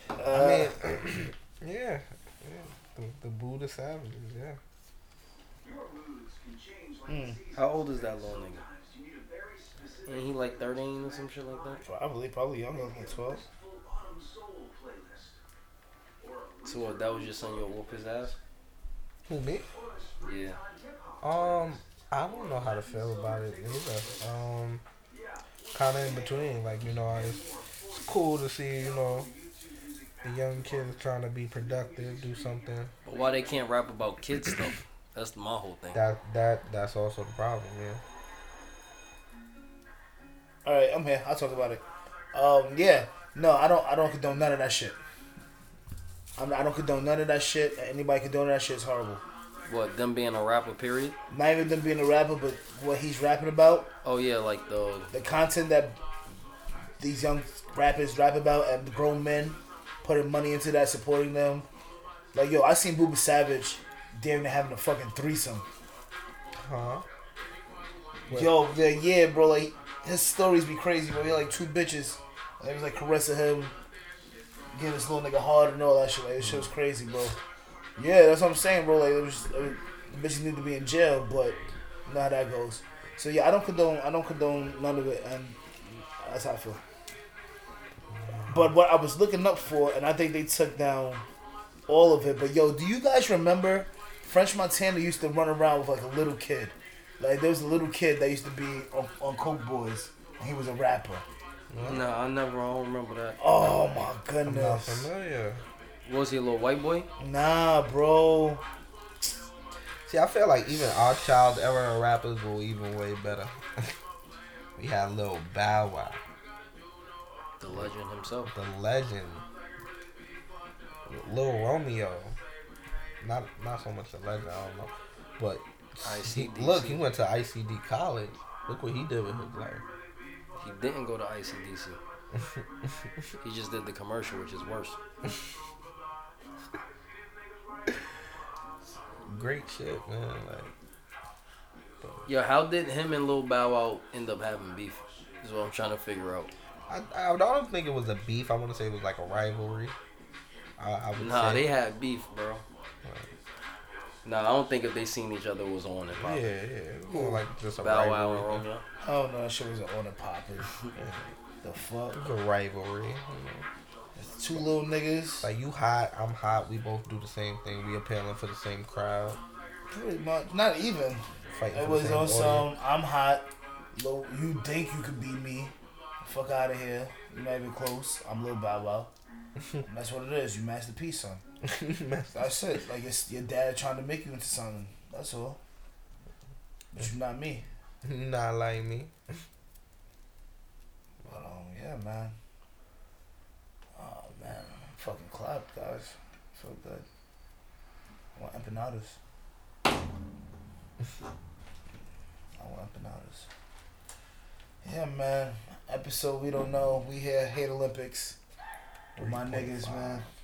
Uh, I mean, yeah, yeah. The, the Buddha savages. Yeah. mm, how old is that little nigga? Ain't he like 13 or some shit like that? probably, probably younger, like twelve. So what? That was your son. You'll whoop his ass. Who me? Yeah. Um, I don't know how to feel about it either. Um, kind of in between, like you know, it's, it's cool to see you know the young kids trying to be productive, do something. But why they can't rap about kid stuff? That's my whole thing. That that that's also the problem, yeah. All right, I'm here. I'll talk about it. Um, yeah, no, I don't. I don't condone none of that shit. I'm, I don't condone none of that shit. Anybody condoning that shit is horrible. What? Them being a rapper, period. Not even them being a rapper, but what he's rapping about, Oh yeah, like the the content that these young rappers rap about, and the grown men putting money into that, supporting them. Like yo, I seen Booba Savage damn near having a fucking threesome. Huh? What? Yo, yeah, yeah, bro. Like his stories be crazy, bro. He had, like two bitches. And it was like caressing him, getting this little nigga hard and all that shit. Like this shit was crazy, bro. Yeah, that's what I'm saying, bro. Like it was, I mean, the bitches need to be in jail, but you know how that goes. So yeah, I don't condone, I don't condone none of it, and that's how I feel. But what I was looking up for, and I think they took down all of it. But yo, do you guys remember French Montana used to run around with like a little kid? Like there was a little kid that used to be on, on Coke Boys, and he was a rapper. no, I never. I don't remember that. Oh my I'm not goodness. familiar. What was he a little white boy? Nah, bro. See, I feel like even our child era rappers were even way better. we had Lil Bow Wow, The legend himself. the legend, Lil Romeo. Not not so much the legend, I don't know, but he, ICDC. look, he went to ICD college. Look what he did with his life. He didn't go to ICDC. he just did the commercial, which is worse. Great shit, man. Like Yo, how did him and Lil Bow Wow end up having beef? Is what I'm trying to figure out. I, I don't think it was a beef. I want to say it was like a rivalry. I, I would Nah, say, they had beef, bro. Nah, I don't think if they seen each other it was on and yeah, popping. yeah, it was like just a Bow Wow rivalry. and Romeo. Oh no, that shit was on the poppers. the fuck? It was a rivalry. you know. It's two little It's niggas. Like Like you hot, I'm hot. We both do the same thing. We appealing for the same crowd. pretty much, not even. Fighting It for was the same on audience. some. I'm hot. Low, you think you could beat me? Fuck out of here. You're not even close. I'm Lil Bow Wow. And that's what it is. You masterpiece, son. That's it. Like it's your dad trying to make you into something. That's all. But you're not me. Not like me. But um, yeah, man. Oh man, I'm fucking clap, guys. So good. I want empanadas. I want empanadas. Yeah, man. Episode we don't know. We here hate Olympics. With my niggas, man.